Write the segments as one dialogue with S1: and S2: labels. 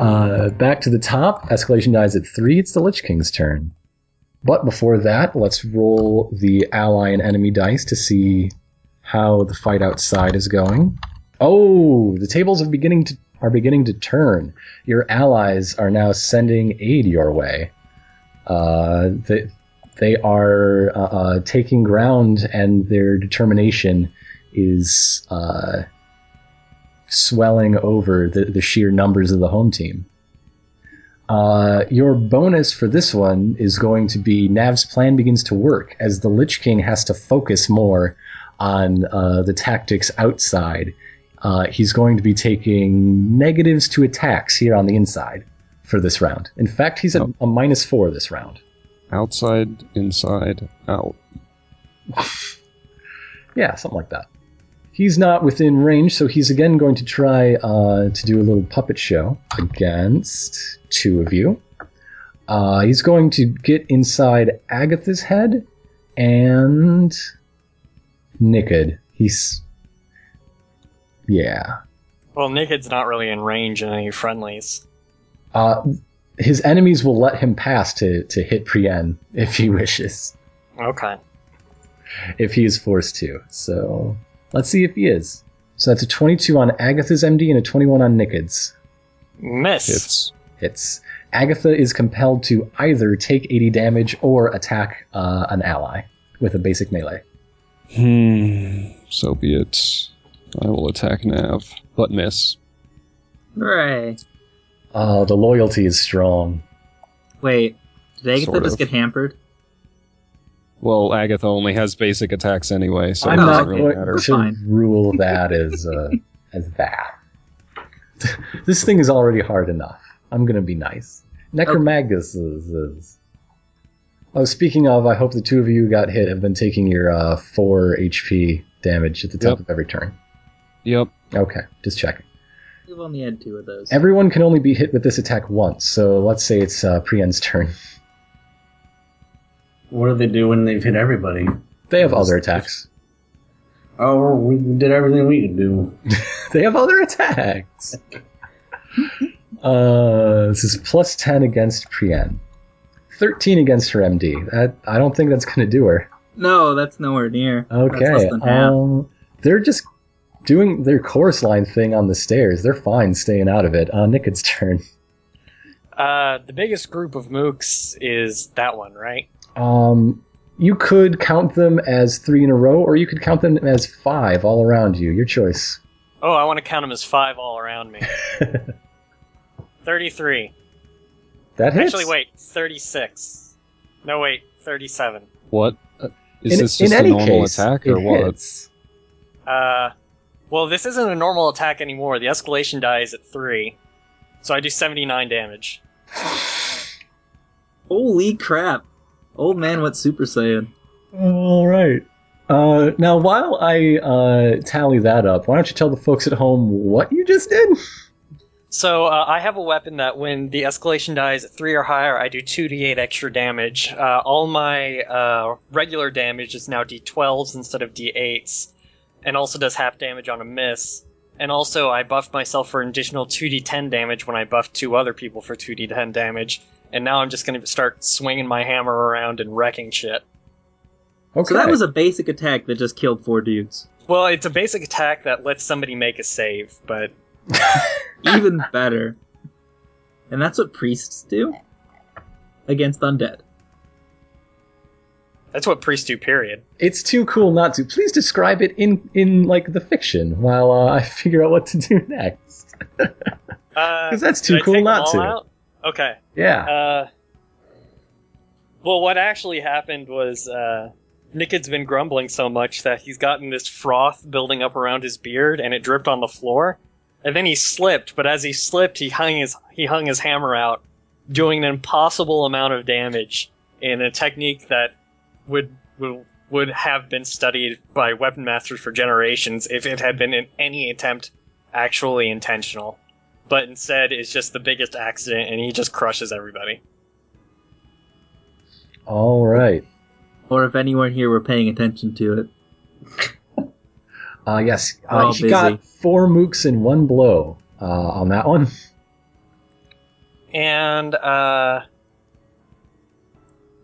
S1: Uh, back to the top. Escalation dies at three. It's the Lich King's turn. But before that, let's roll the ally and enemy dice to see how the fight outside is going. Oh, the tables are beginning to are beginning to turn. Your allies are now sending aid your way. Uh, they, they are uh, uh, taking ground, and their determination is uh, swelling over the, the sheer numbers of the home team. Uh, your bonus for this one is going to be Nav's plan begins to work as the Lich King has to focus more on uh, the tactics outside. Uh, he's going to be taking negatives to attacks here on the inside for this round. In fact, he's at
S2: Oh.
S1: a minus four this round.
S2: Outside, inside, out.
S1: Yeah, something like that. He's not within range, so he's again going to try uh, to do a little puppet show against two of you. Uh, he's going to get inside Agatha's head and Nicked. He's yeah.
S3: Well, Naked's not really in range in any friendlies.
S1: Uh, his enemies will let him pass to to hit Prien if he wishes,
S3: Okay.
S1: if he is forced to. So let's see if he is. So that's a 22 on Agatha's MD and a 21 on Nicked's.
S3: Miss.
S2: Hits.
S1: hits. Agatha is compelled to either take 80 damage or attack uh, an ally with a basic melee.
S2: Hmm. So be it. I will attack Nav, but miss.
S4: Hooray.
S1: Oh, the loyalty is strong.
S4: Wait, did Agatha
S2: Sort
S4: just
S2: of.
S4: get hampered?
S2: Well, Agatha only has basic attacks anyway, so
S1: I'm
S2: it
S1: not
S2: doesn't really
S1: going
S2: matter.
S1: to
S4: Fine.
S1: rule that as uh, as that. this thing is already hard enough. I'm gonna be nice. Necromagus is, is. Oh, speaking of, I hope the two of you who got hit have been taking your uh, four HP damage at the top
S2: Yep.
S1: of every turn.
S2: Yep.
S1: Okay, just checking.
S4: We've only had two of those.
S1: Everyone can only be hit with this attack once, so let's say it's uh, Prien's turn.
S5: What do they do when they've hit everybody?
S1: They have other attacks.
S5: Oh, we did everything we could do.
S1: They have other attacks. uh, this is plus 10 against Prien. 13 against her MD. That, I don't think that's going to do her.
S4: no, that's nowhere near. That's
S1: Okay.
S4: less than half.
S1: Um, they're just doing their chorus line thing on the stairs. They're fine staying out of it. Uh, Nicket's turn.
S3: Uh, the biggest group of mooks is that one, right?
S1: Um, you could count them as three in a row, or you could count them as five all around you. Your choice.
S3: Oh, I want to count them as five all around me. 33.
S1: That hits.
S3: Actually, wait, 36. No, wait, 37.
S2: What? Uh, Is
S1: in,
S2: this just
S1: in
S2: a
S1: any
S2: normal
S1: case,
S2: attack
S1: it
S2: or what?
S1: hits.
S3: Uh, well, this isn't a normal attack anymore. The escalation die is at 3. So I do 79 damage.
S4: Holy crap. Old man went Super Saiyan.
S1: All right. Uh, now, while I uh, tally that up, why don't you tell the folks at home what you just did?
S3: So uh, I have a weapon that when the escalation die is at 3 or higher, I do 2d8 extra damage. Uh, all my uh, regular damage is now d12s instead of d8s, and also does half damage on a miss. And also, I buffed myself for an additional 2d10 damage when I buffed two other people for 2d10 damage. And now I'm just going to start swinging my hammer around and wrecking shit.
S1: Okay.
S4: So that was a basic attack that just killed four dudes.
S3: Well, it's a basic attack that lets somebody make a save, but
S4: Even better. And that's what priests do against undead.
S3: that's what priests do, period.
S1: it's too cool not to. Please describe it in in like the fiction while uh, I figure out what to do next.
S3: Uh,
S1: Because that's
S3: did I
S1: too cool
S3: take them
S1: not
S3: all
S1: to.
S3: out? Okay.
S1: Yeah.
S3: Uh, well, what actually happened was uh, Nickid's been grumbling so much that he's gotten this froth building up around his beard, and it dripped on the floor. And then he slipped, but as he slipped, he hung his he hung his hammer out, doing an impossible amount of damage in a technique that would would would have been studied by weapon masters for generations if it had been in any attempt actually intentional. But instead, it's just the biggest accident, and he just crushes everybody.
S1: All right.
S4: Or if anyone here were paying attention to it.
S1: Uh, yes.
S4: We're
S1: Uh,
S4: all
S1: he
S4: busy.
S1: got four mooks in one blow uh, on that one.
S3: and uh,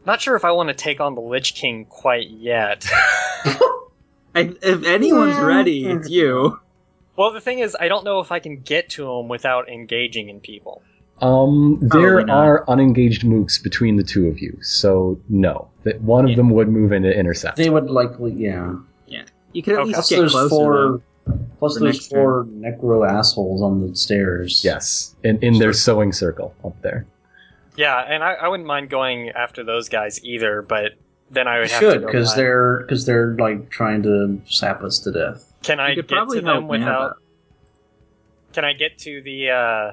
S3: not sure if I want to take on the Lich King quite yet.
S4: And if anyone's
S5: Yeah.
S4: ready, it's you.
S3: well, the thing is, I don't know if I can get to him without engaging in people.
S1: Um, there
S4: Probably not.
S1: are unengaged mooks between the two of you, so no. That one of
S3: Yeah.
S1: them would move into intercept.
S5: They would likely, yeah.
S4: You can at
S3: Okay.
S4: least
S5: Plus,
S4: get
S5: there's
S4: closer. though.
S5: four. Plus,
S4: for
S5: there's
S4: next turn.
S5: four necro assholes on the stairs.
S1: Yes, in, in their sewing circle up there.
S3: Yeah, and I, I wouldn't mind going after those guys either, but then I
S5: You
S3: would have to
S5: should
S3: go
S5: because
S3: back.
S5: they're because they're like trying to sap us to death.
S3: Can I
S4: You
S3: get
S4: could probably
S3: to
S4: help
S3: them
S4: now,
S3: without? Can I get to the uh,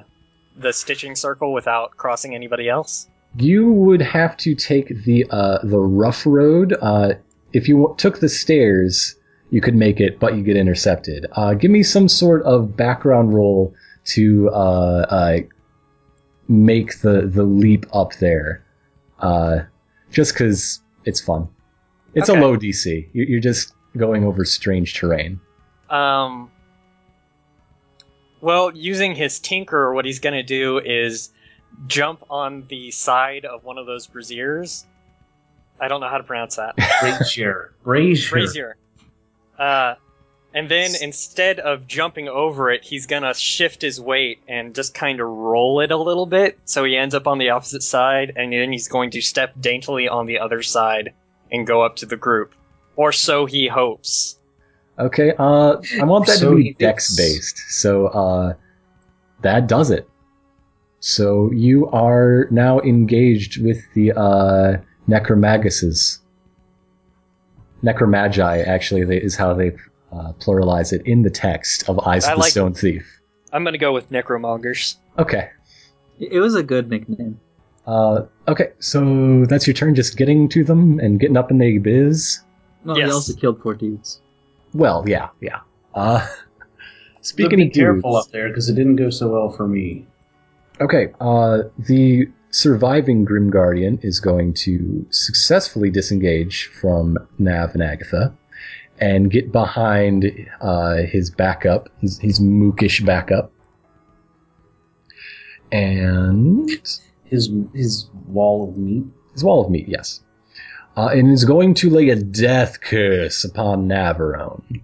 S3: the stitching circle without crossing anybody else?
S1: You would have to take the uh, the rough road. Uh, if you w- took the stairs, you could make it, but you get intercepted. Uh, give me some sort of background roll to uh, uh, make the the leap up there. Uh, just because it's fun. It's
S3: Okay.
S1: a low DC. You- You're just going over strange terrain.
S3: Um. Well, using his tinker, what he's gonna do is jump on the side of one of those braziers. I don't know how to pronounce that.
S5: Brazier, brazier,
S3: Brazier. Uh, and then instead of jumping over it, he's gonna shift his weight and just kind of roll it a little bit, so he ends up on the opposite side, and then he's going to step daintily on the other side and go up to the group, or so he hopes.
S1: Okay, uh, I want that
S5: So
S1: to
S5: he
S1: be
S5: thinks-
S1: dex based, so uh, that does it. So you are now engaged with the uh, necromaguses. Necromagi, actually, they, is how they uh, pluralize it in the text of Eyes
S3: I
S1: of the
S3: like-
S1: Stone Thief.
S3: I'm gonna go with necromongers.
S1: Okay,
S4: It it was a good nickname.
S1: uh, okay, so that's your turn, just getting to them and getting up in the biz.
S4: No,
S3: Yes.
S4: he also killed four dudes.
S1: Well, yeah, yeah. Uh,
S5: But
S1: speaking
S5: be
S1: of
S5: careful
S1: dudes-
S5: up there because it didn't go so well for me.
S1: Okay, uh, the surviving Grim Guardian is going to successfully disengage from Nav and Agatha and get behind uh, his backup, his, his mookish backup. And
S5: His his wall of meat.
S1: his wall of meat, yes. Uh, and is going to lay a death curse upon Navarone.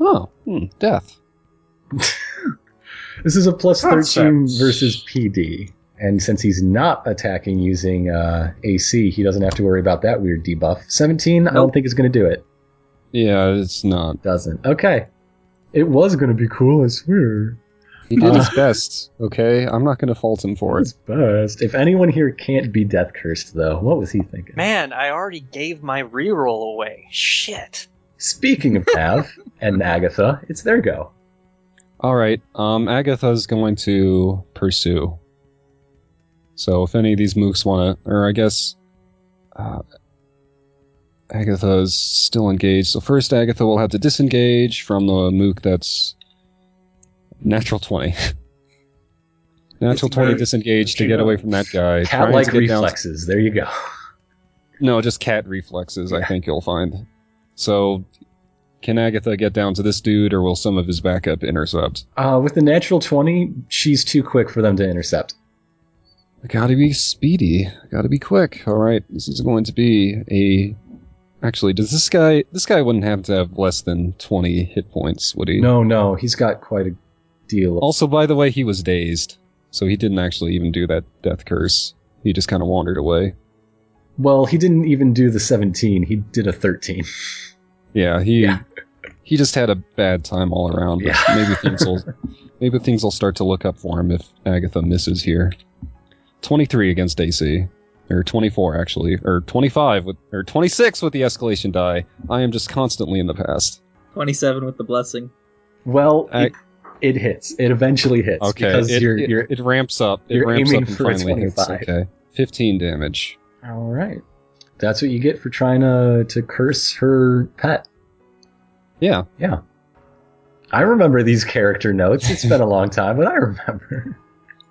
S2: Oh, hmm, death.
S1: This is a plus thirteen
S5: Concepts.
S1: versus PD, and since he's not attacking using uh, AC, he doesn't have to worry about that weird debuff. Seventeen, I don't
S4: Nope.
S1: think it's going to do it.
S2: Yeah, it's not.
S1: Doesn't. Okay, it was going to be cool. I swear.
S2: He did his
S1: Uh.
S2: best. Okay, I'm not going to fault him for it.
S1: It's best. If anyone here can't be death cursed, though, what was he thinking?
S3: Man, I already gave my reroll away. Shit.
S1: Speaking of Nav and Agatha, it's their go.
S2: All right. Um, Agatha's going to pursue. So if any of these mooks want to, or I guess, uh, Agatha's still engaged. So first, Agatha will have to disengage from the mook that's natural twenty. natural twenty disengage to get away from that guy. Trying to
S1: Cat-like
S2: get down-
S1: reflexes. There you go.
S2: no, just cat reflexes. I
S1: Yeah.
S2: think you'll find. So, can Agatha get down to this dude, or will some of his backup intercept?
S1: Uh, with the natural twenty, she's too quick for them to intercept.
S2: I gotta be speedy. I gotta be quick. All right, this is going to be a. Actually, does this guy? This guy wouldn't have to have less than twenty hit points, would he?
S1: No, no, he's got quite a deal. Of-
S2: Also, by the way, he was dazed, so he didn't actually even do that death curse. He just kind of wandered away.
S1: Well, he didn't even do the 17. He did a 13.
S2: Yeah, he
S1: Yeah.
S2: he just had a bad time all around. But
S1: Yeah.
S2: maybe things will maybe things will start to look up for him if Agatha misses here. Twenty three against AC. Or twenty four actually. Or twenty five with or twenty six with the escalation die. I am just constantly in the past.
S4: 27 with the blessing.
S1: Well,
S2: I-
S1: it, it hits. It eventually hits
S2: Okay.
S1: because
S2: it,
S1: you're
S2: it-
S1: you're
S2: it ramps up. It
S1: you're
S2: ramps
S1: aiming
S2: up and
S1: for a
S2: finally hits.
S1: 25.
S2: Okay. Fifteen damage.
S1: all right. That's what you get for trying to to curse her pet.
S2: Yeah.
S1: I remember these character notes. It's been a long time, but I remember.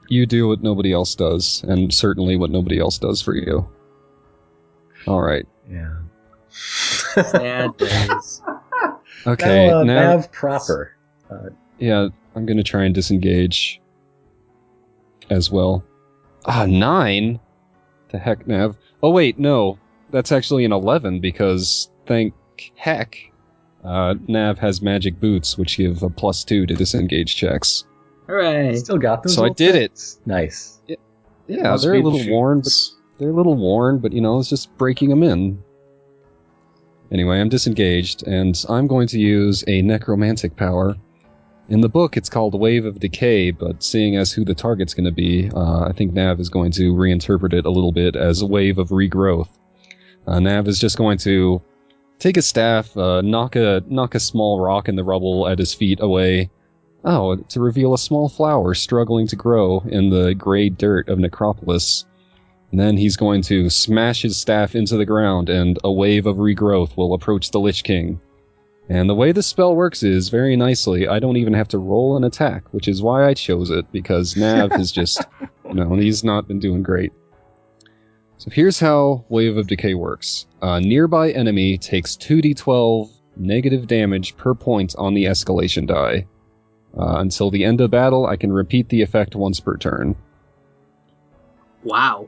S2: You do what nobody else does, and certainly what nobody else does for you. Alright.
S1: Yeah.
S4: Sad days.
S2: Okay.
S1: now, uh,
S2: now
S1: Nav proper.
S2: Yeah, I'm gonna try and disengage as well. Ah, nine? The heck, Nav. Oh, wait, no. That's actually an 11 because, thank heck, uh, Nav has magic boots, which give a plus two to disengage checks.
S4: Hooray!
S1: Still got those.
S2: So I
S1: little
S2: did
S1: things? Nice.
S2: Yeah,
S1: Must
S2: they're
S1: be
S2: a
S1: the
S2: little worn, but they're a little worn, but you know, it's just breaking them in. Anyway, I'm disengaged, and I'm going to use a necromantic power. In the book, it's called Wave of Decay, but seeing as who the target's going to be, uh, I think Nav is going to reinterpret it a little bit as a wave of regrowth. Uh, Nav is just going to take a staff, uh, knock a knock a small rock in the rubble at his feet away, Oh, to reveal a small flower struggling to grow in the gray dirt of Necropolis. And then he's going to smash his staff into the ground, and a wave of regrowth will approach the Lich King. And the way this spell works is very nicely. I don't even have to roll an attack, which is why I chose it, because Nav is just, you know, he's not been doing great. So here's how Wave of Decay works a nearby enemy takes 2d12 negative damage per point on the escalation die. Uh, until the end of battle, I can repeat the effect once per turn.
S4: Wow.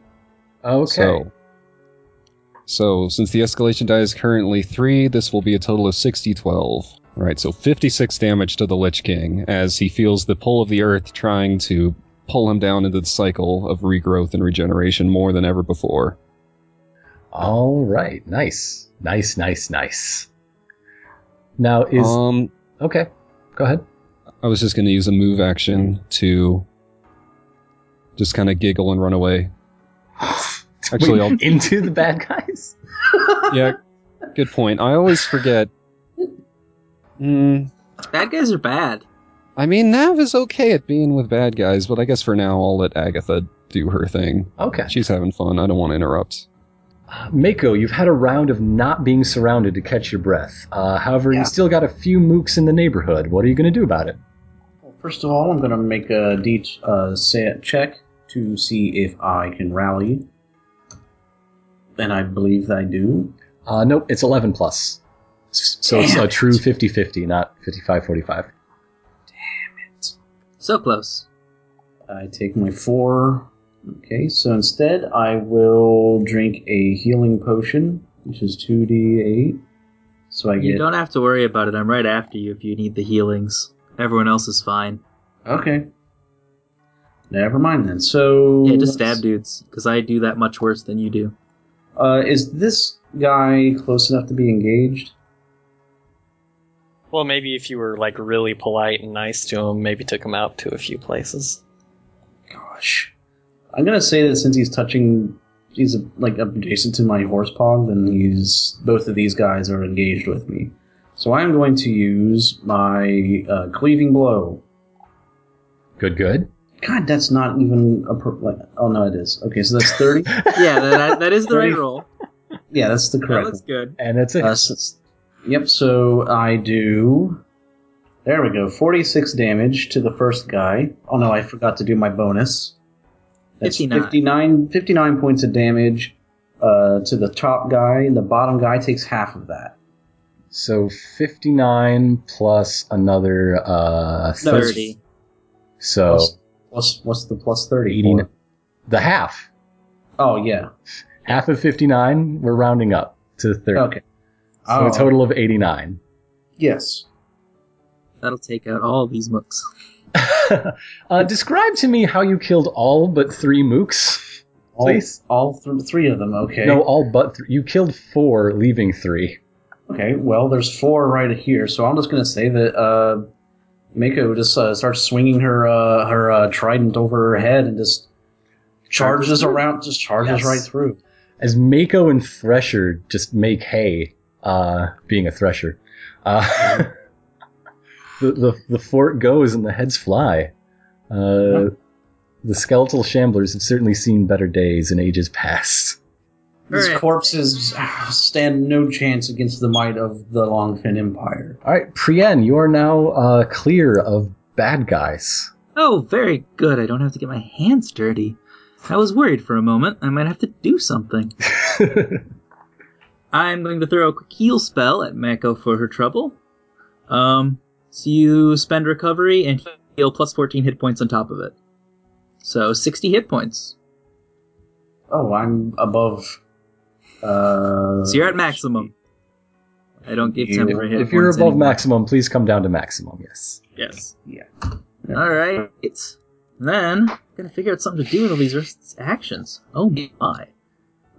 S1: Okay.
S2: So, so since the escalation die is currently three, this will be a total of 60 12. All right, so 56 damage to the Lich King as he feels the pull of the earth trying to pull him down into the cycle of regrowth and regeneration more than ever before.
S1: All right. Nice. Nice. Nice. Nice. Now is
S2: um,
S1: okay. Go ahead.
S2: I was just going to use a move action to just kind of giggle and run away. Actually, I'll
S1: Wait, into the bad guys.
S2: yeah, good point. I always forget. Mm,
S4: Bad guys are bad.
S2: I mean, Nav is okay at being with bad guys, but I guess for now I'll let Agatha do her thing.
S1: Okay.
S2: She's having fun. I don't want to interrupt.
S1: Uh, Mako, you've had a round of not being surrounded to catch your breath. Uh, however,
S5: Yeah.
S1: you still got a few mooks in the neighborhood. What are you going to do about it?
S5: Well, first of all, I'm going to make a D uh, sa- check to see if I can rally. And I believe I do.
S1: Uh, nope, it's 11 plus. S- So it's
S5: Damn
S1: a
S5: it.
S1: true 50 50, not 55 45.
S4: So close.
S5: I take my four. Okay, so instead I will drink a healing potion, which is 2d8. So I
S4: You
S5: get.
S4: don't have to worry about it. I'm right after you if you need the healings. Everyone else is fine.
S5: Okay. Never mind then. So.
S4: Yeah, just
S5: let's-
S4: stab dudes, because I do that much worse than you do.
S5: Uh, is this guy close enough to be engaged?
S3: Well, maybe if you were like really polite and nice to him, maybe took him out to a few places.
S5: Gosh. I'm gonna say that since he's touching, he's like up adjacent to my horse pog, then he's both of these guys are engaged with me. So I'm going to use my uh, cleaving blow.
S1: Good, good.
S5: God, that's not even a per- like. Oh no, it is. Okay, so that's thirty.
S4: Yeah, that, that- that is the right roll.
S5: yeah, that's the
S4: That
S5: correct.
S4: looks
S5: one.
S4: good.
S1: And it's it.
S5: Uh, s- yep. So I do. There we go. Forty-six damage to the first guy. Oh no, I forgot to do my bonus. That's
S4: 59.
S5: 59, 59 points of damage uh, to the top guy. The bottom guy takes half of that.
S1: so 59 plus another uh,
S5: No, it's-
S4: 30.
S1: So
S5: Plus, plus what's the plus thirty?
S1: Oh. Eighty-
S5: for?
S1: the half.
S5: Oh yeah.
S1: Half of 59, we're rounding up to 30.
S5: Okay.
S1: So
S5: Oh,
S1: a total of 89.
S5: Yes.
S4: That'll take out all these mooks.
S1: uh, describe to me how you killed all but three mooks.
S5: All,
S1: Please.
S5: all th- three of them. Okay.
S1: No, all but three. You killed four, leaving three.
S5: Okay, well, there's four right here, so I'm just gonna say that uh, Mako just uh, starts swinging her uh, her uh, trident over her head and just charges around, just charges
S1: Yes.
S5: right through.
S1: as Mako and Thresher just make hay, uh, being a thresher, uh, the, the the fort goes and the heads fly. Uh, the skeletal shamblers have certainly seen better days in ages past.
S5: These
S4: Alright.
S5: corpses stand no chance against the might of the Longfin Empire.
S1: All right, Prien, you are now uh, clear of bad guys.
S4: Oh, very good. I don't have to get my hands dirty. I was worried for a moment. I might have to do something. I'm going to throw a quick heal spell at Mako for her trouble. Um, so you spend recovery and heal plus 14 hit points on top of it. So 60 hit points.
S5: Oh, I'm above. Uh,
S4: So you're at maximum. I don't give
S5: You-
S4: temporary hit
S1: If you're
S4: points
S1: above
S4: anymore.
S1: maximum, please come down to maximum. Yes.
S4: Yes.
S5: Yeah.
S4: All right. Then gonna figure out something to do with all these rest- actions. Oh my.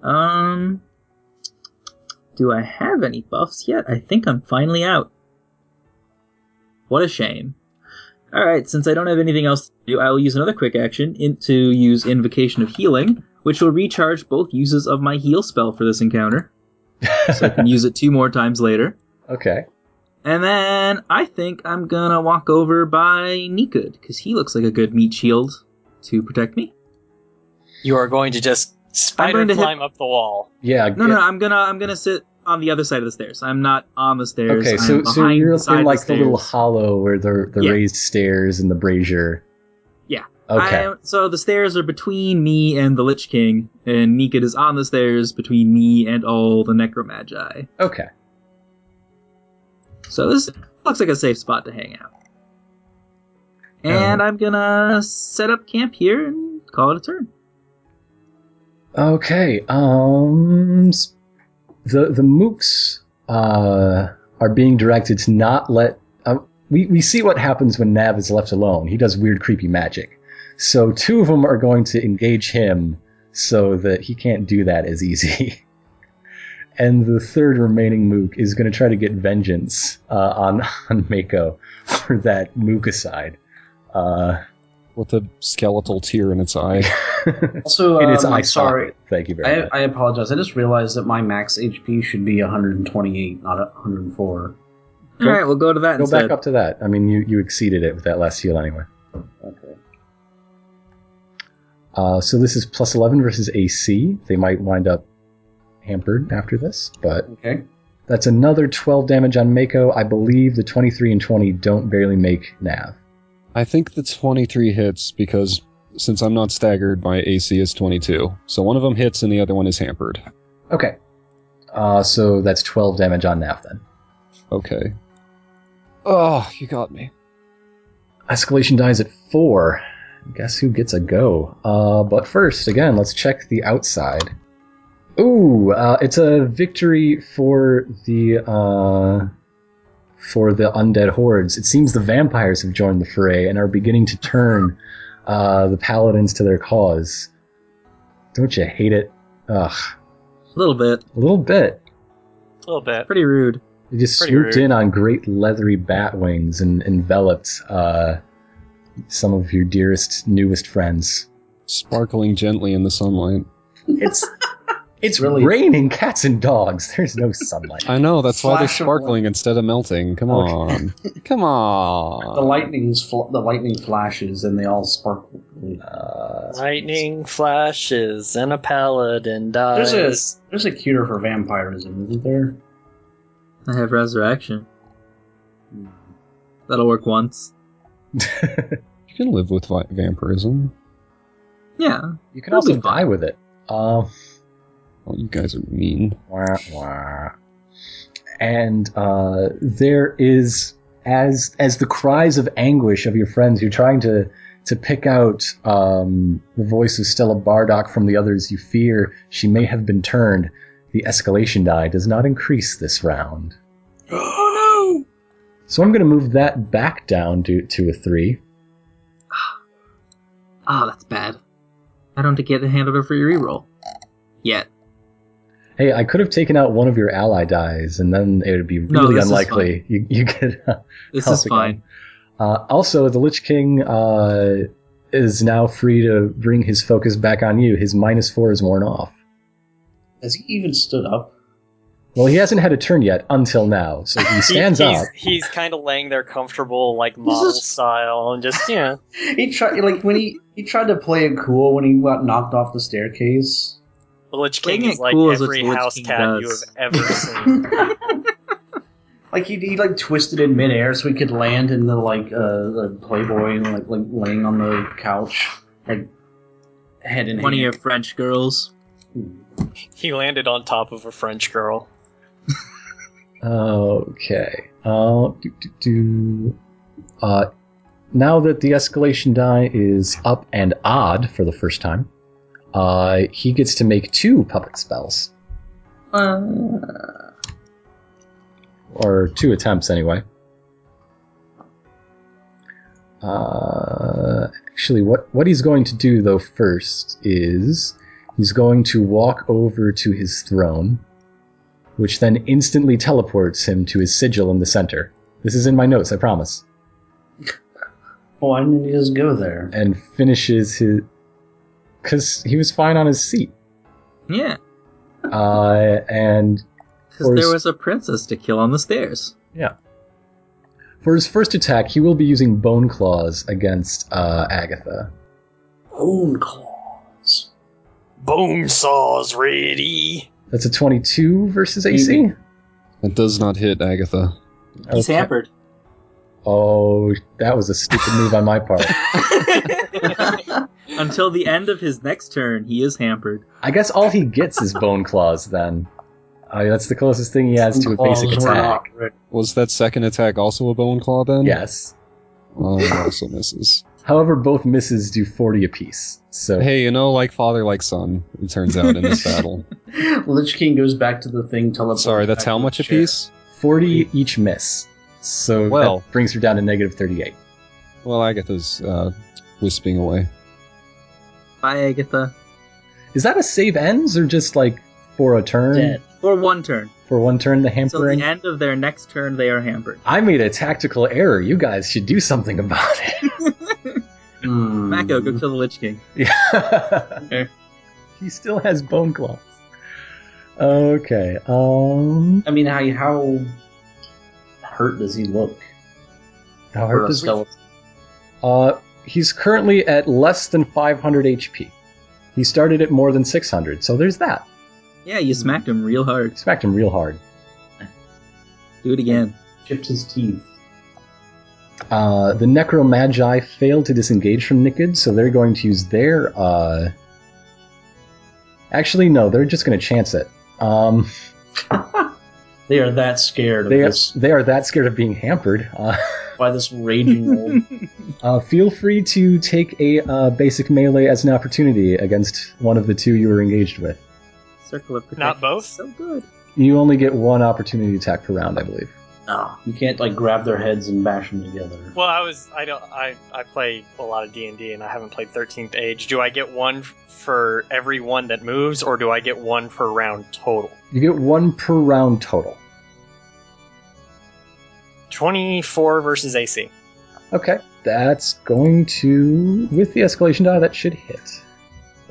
S4: Um. Do I have any buffs yet? I think I'm finally out. What a shame. All right. Since I don't have anything else to do, I will use another quick action in- to use Invocation of Healing, which will recharge both uses of my heal spell for this encounter. So I can use it two more times later.
S1: okay.
S4: And then I think I'm gonna walk over by Nikud, because he looks like a good meat shield to protect me.
S3: You are going to just spider
S4: going to hit-
S3: climb up the wall.
S1: Yeah.
S4: No, no, I'm gonna I'm gonna sit on the other side of the stairs. I'm not on the stairs.
S1: Okay,
S4: I'm
S1: so, so
S4: behind
S1: you're
S4: the side
S1: in
S4: of
S1: like the
S4: the,
S1: little
S4: stairs.
S1: hollow where the the
S4: Yeah.
S1: raised stairs and the brazier.
S4: Yeah.
S1: Okay.
S4: I- so the stairs are between me and the Lich King, and Nikud is on the stairs between me and all the Necromagi.
S1: Okay.
S4: So this looks like a safe spot to hang out. And
S1: Um,
S4: I'm gonna set up camp here and call it a turn.
S1: Okay. Um, s- the the mooks uh, are being directed to not let. Uh, we we see what happens when Nav is left alone. He does weird, creepy magic. So two of them are going to engage him so that he can't do that as easy. And the third remaining mook is going to try to get vengeance uh, on on Mako for that mook aside. Uh,
S2: with a skeletal tear in its eye.
S5: Also,
S1: in
S5: um,
S1: its eye
S5: I'm sorry.
S1: socket. Thank you very
S5: I,
S1: much.
S5: I apologize. I just realized that my max HP should be 128, not 104.
S1: Go-
S4: All right, we'll go to that
S1: Go
S4: instead.
S1: back up to that. I mean, you, you exceeded it with that last heal anyway.
S5: Okay.
S1: Uh, so this is plus 11 versus AC. They might wind up hampered after this, but
S5: Okay.
S1: that's another 12 damage on Mako. I believe the 23 and 20 don't barely make Nav.
S2: I think the 23 hits because since I'm not staggered, my AC is 22. So one of them hits and the other one is hampered.
S1: Okay. Uh, so that's 12 damage on Nav then.
S2: Okay. Oh, you got me.
S1: Escalation dies at 4. Guess who gets a go? Uh, but first, again, let's check the outside. Ooh, uh, it's a victory for the uh, for the undead hordes. It seems the vampires have joined the fray and are beginning to turn uh, the paladins to their cause. Don't you hate it? Ugh,
S4: A little bit.
S1: a little bit.
S3: A little bit.
S4: Pretty rude.
S1: They just
S3: Pretty
S1: swooped
S3: rude.
S1: in on great leathery bat wings and enveloped uh, some of your dearest, newest friends.
S2: Sparkling gently in the sunlight.
S1: It's it's
S5: Really-
S1: raining cats and dogs. There's no sunlight.
S2: I know, that's why they're
S5: Flash of light.
S2: sparkling instead of melting. Come on. Come on.
S5: The lightning's fl- the lightning flashes and they all sparkle.
S1: Uh,
S3: Lightning flashes and a paladin dies.
S5: There's a there's a cure for vampirism, isn't there?
S4: I have resurrection. That'll work once.
S2: You can live with vi- vampirism.
S4: Yeah.
S1: you can
S4: That'll
S1: also
S4: be
S1: die
S4: fine.
S1: with it. Um,
S2: Oh, you guys are mean.
S1: wah, wah. And uh, there is as as the cries of anguish of your friends, you're trying to to pick out um, the voice of Stella Bardock from the others. You fear she may have been turned. The escalation die does not increase this round.
S4: Oh
S1: So I'm going to move that back down to, to a three.
S4: no! Ah, that's bad. I don't get to handle it for your reroll. Yet.
S1: Hey, I could have taken out one of your ally dies, and then it would be
S4: No,
S1: really
S4: this is
S1: unlikely you, you get. Uh,
S4: This
S1: health
S4: is fine.
S1: again. Uh, also, the Lich King uh, is now free to bring his focus back on you. His minus four is worn off.
S5: Has he even stood up?
S1: Well, he hasn't had a turn yet until now, so he
S3: He-
S1: stands
S3: he's,
S1: up.
S3: He's kind of laying there comfortable, like model
S5: just-
S3: style, and just, you know.
S5: He tried like when he he tried to play it cool when he got knocked off the staircase.
S3: The Lich King
S4: Playing
S3: is
S4: it
S3: like
S4: cool is what
S3: every
S4: the Lich
S3: house
S4: King
S3: cat
S4: does.
S3: you have ever seen.
S5: Like he, he like twisted in midair so he could land in the like uh the Playboy and like like laying on the couch like head in
S4: One of your
S5: hand.
S4: French girls.
S3: he landed on top of a French girl.
S1: Okay. Uh, do, do, do. Uh, now that the escalation die is up and odd for the first time, Uh, he gets to make two puppet spells,
S4: Uh,
S1: or two attempts anyway. Uh, actually, what, what he's going to do, though, first is he's going to walk over to his throne, which then instantly teleports him to his sigil in the center. This is in my notes, I promise.
S5: Why didn't he just go there?
S1: And finishes his. Because he was fine on his seat.
S4: yeah,
S1: Uh, and
S4: because
S1: Or
S4: there
S1: is-
S4: was a princess to kill on the stairs.
S1: For his first attack, he will be using Bone Claws against uh, Agatha.
S5: Bone claws.
S3: Boom saws ready.
S1: That's a 22 versus AC?
S2: It does not hit Agatha.
S4: He's
S1: Okay.
S4: hampered.
S1: Oh, that was a stupid move on my part.
S4: Until the end of his next turn, he is hampered.
S1: I guess all he gets is Bone Claws then. Uh, that's the closest thing he has to a basic
S5: Claws were
S1: attack.
S5: not ready.
S2: Was that second attack also a bone claw then?
S1: Yes.
S2: Oh, it also misses.
S1: However, both misses do 40 apiece. So
S2: Hey, you know, like father, like son. It turns out in this battle.
S5: Lich King goes back to the thing. Teleport.
S2: Sorry, that's how much a piece?
S1: 40 each miss. So
S2: Well.
S1: that brings her down to negative 38.
S2: Well, Agatha's uh, wisping away.
S4: Bye, Agatha.
S1: Is that a save ends or just like for a turn?
S5: Dead.
S4: For one turn.
S1: For one turn, the
S4: Until the
S1: hampering?
S4: end of their next turn, they are hampered.
S1: I made a tactical error. You guys should do something about it.
S5: Hmm.
S4: Mako, go kill the Lich King.
S1: Yeah. he still has bone claws. Okay. Um.
S5: I mean, how how hurt does he look?
S1: How
S5: For
S1: hurt
S5: a
S1: does
S5: skeleton?
S1: Uh, he's currently at less than 500 HP. He started at more than 600, so there's that.
S4: Yeah, you smacked him real hard.
S1: Smacked him real hard.
S4: Do it again.
S5: Chipped his teeth.
S1: Uh, the Necromagi failed to disengage from Nikid, so they're going to use their. Uh... Actually, no, they're just going to chance it. Um,
S5: They are that scared of
S1: they, are,
S5: this
S1: they are that scared of being hampered. Uh,
S5: by this raging old.
S1: Uh, feel free to take a uh, basic melee as an opportunity against one of the two you were engaged with.
S4: Circle of protection.
S3: Not both?
S4: So good.
S1: You only get one opportunity attack per round, I believe.
S5: Oh, you can't like grab their heads and bash them together.
S3: Well, I was I don't I I play a lot of D and D, and I haven't played Thirteenth Age. Do I get one f- for every one that moves, or do I get one per round total?
S1: You get one per round total.
S3: Twenty four versus AC.
S1: Okay, that's going to with the escalation die that should hit.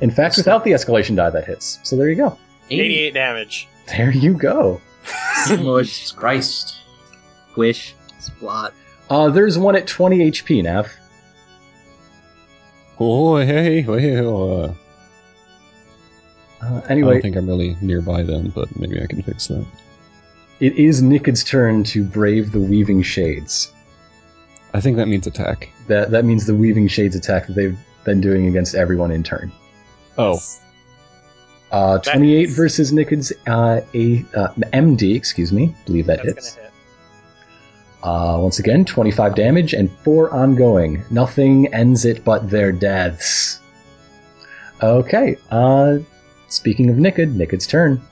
S1: In fact, without the escalation die that hits. So there you go.
S3: Eighty eight damage.
S1: There you go.
S5: Jesus Christ.
S4: Squish. Splot.
S1: Uh, there's one at 20 HP, Nav.
S2: Oh, hey, hey, uh,
S1: Uh,
S2: I
S1: anyway,
S2: don't think I'm really nearby them, but maybe I can fix that.
S1: it is Nikid's turn to brave the Weaving Shades.
S2: I think that means attack.
S1: That that means the Weaving Shades attack that they've been doing against everyone in turn.
S2: Oh,
S1: Uh,
S3: That
S1: 28
S3: hits.
S1: versus Nickens uh, a, uh, MD, excuse me. Believe that
S3: That's
S1: hits.
S3: gonna hit.
S1: Uh, once again, 25 damage and 4 ongoing. Nothing ends it but their deaths. Okay. Uh, speaking of Nicked, Nicked's turn.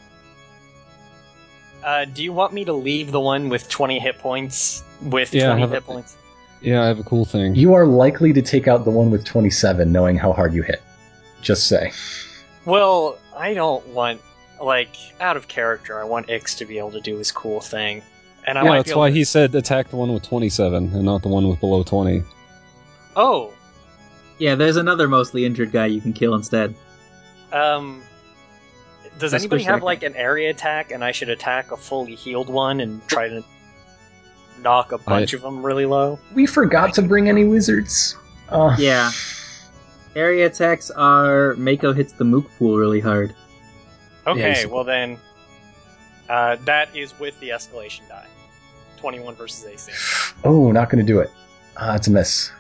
S3: Uh, do you want me to leave the one with twenty hit points with
S2: Yeah,
S3: twenty
S2: have a-
S3: hit points?
S2: yeah, I have a cool thing.
S1: You are likely to take out the one with 27, knowing how hard you hit. Just say.
S3: Well, I don't want like out of character. I want Ix to be able to do his cool thing, and I
S2: yeah,
S3: might
S2: that's
S3: be able
S2: why
S3: to-
S2: he said attack the one with 27 and not the one with below 20.
S3: Oh,
S4: Yeah, there's another mostly injured guy you can kill instead.
S3: Um, does
S4: Let's
S3: anybody
S4: push
S3: have
S4: that
S3: like an area attack, and I should attack a fully healed one and try to knock a bunch of 'em of them really low?
S1: We forgot to bring any wizards. Uh,
S4: Yeah. Area attacks are Mako hits the Mook pool really hard.
S3: Okay,
S2: he's-
S3: well then, uh, that is with the escalation die, twenty-one versus AC.
S1: Oh, not going to do it. Uh, it's a miss.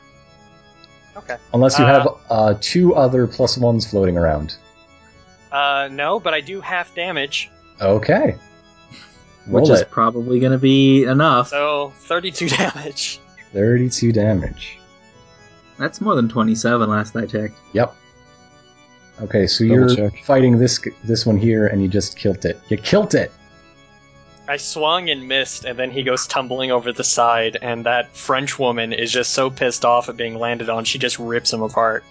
S3: Okay.
S1: Unless you
S3: Uh,
S1: have uh, two other plus ones floating around.
S3: Uh, no, but I do half damage,
S1: Okay. Roll
S4: Which is
S1: it.
S4: probably going to be enough.
S3: so thirty-two damage.
S1: 32 damage.
S4: That's more than 27 last I checked.
S1: Yep. Okay, so
S2: Double
S1: you're
S2: check.
S1: fighting this this one here, and you just killed it. You killed it.
S3: I swung and missed, and then he goes tumbling over the side, and that French woman is just so pissed off at being landed on, she just rips him apart.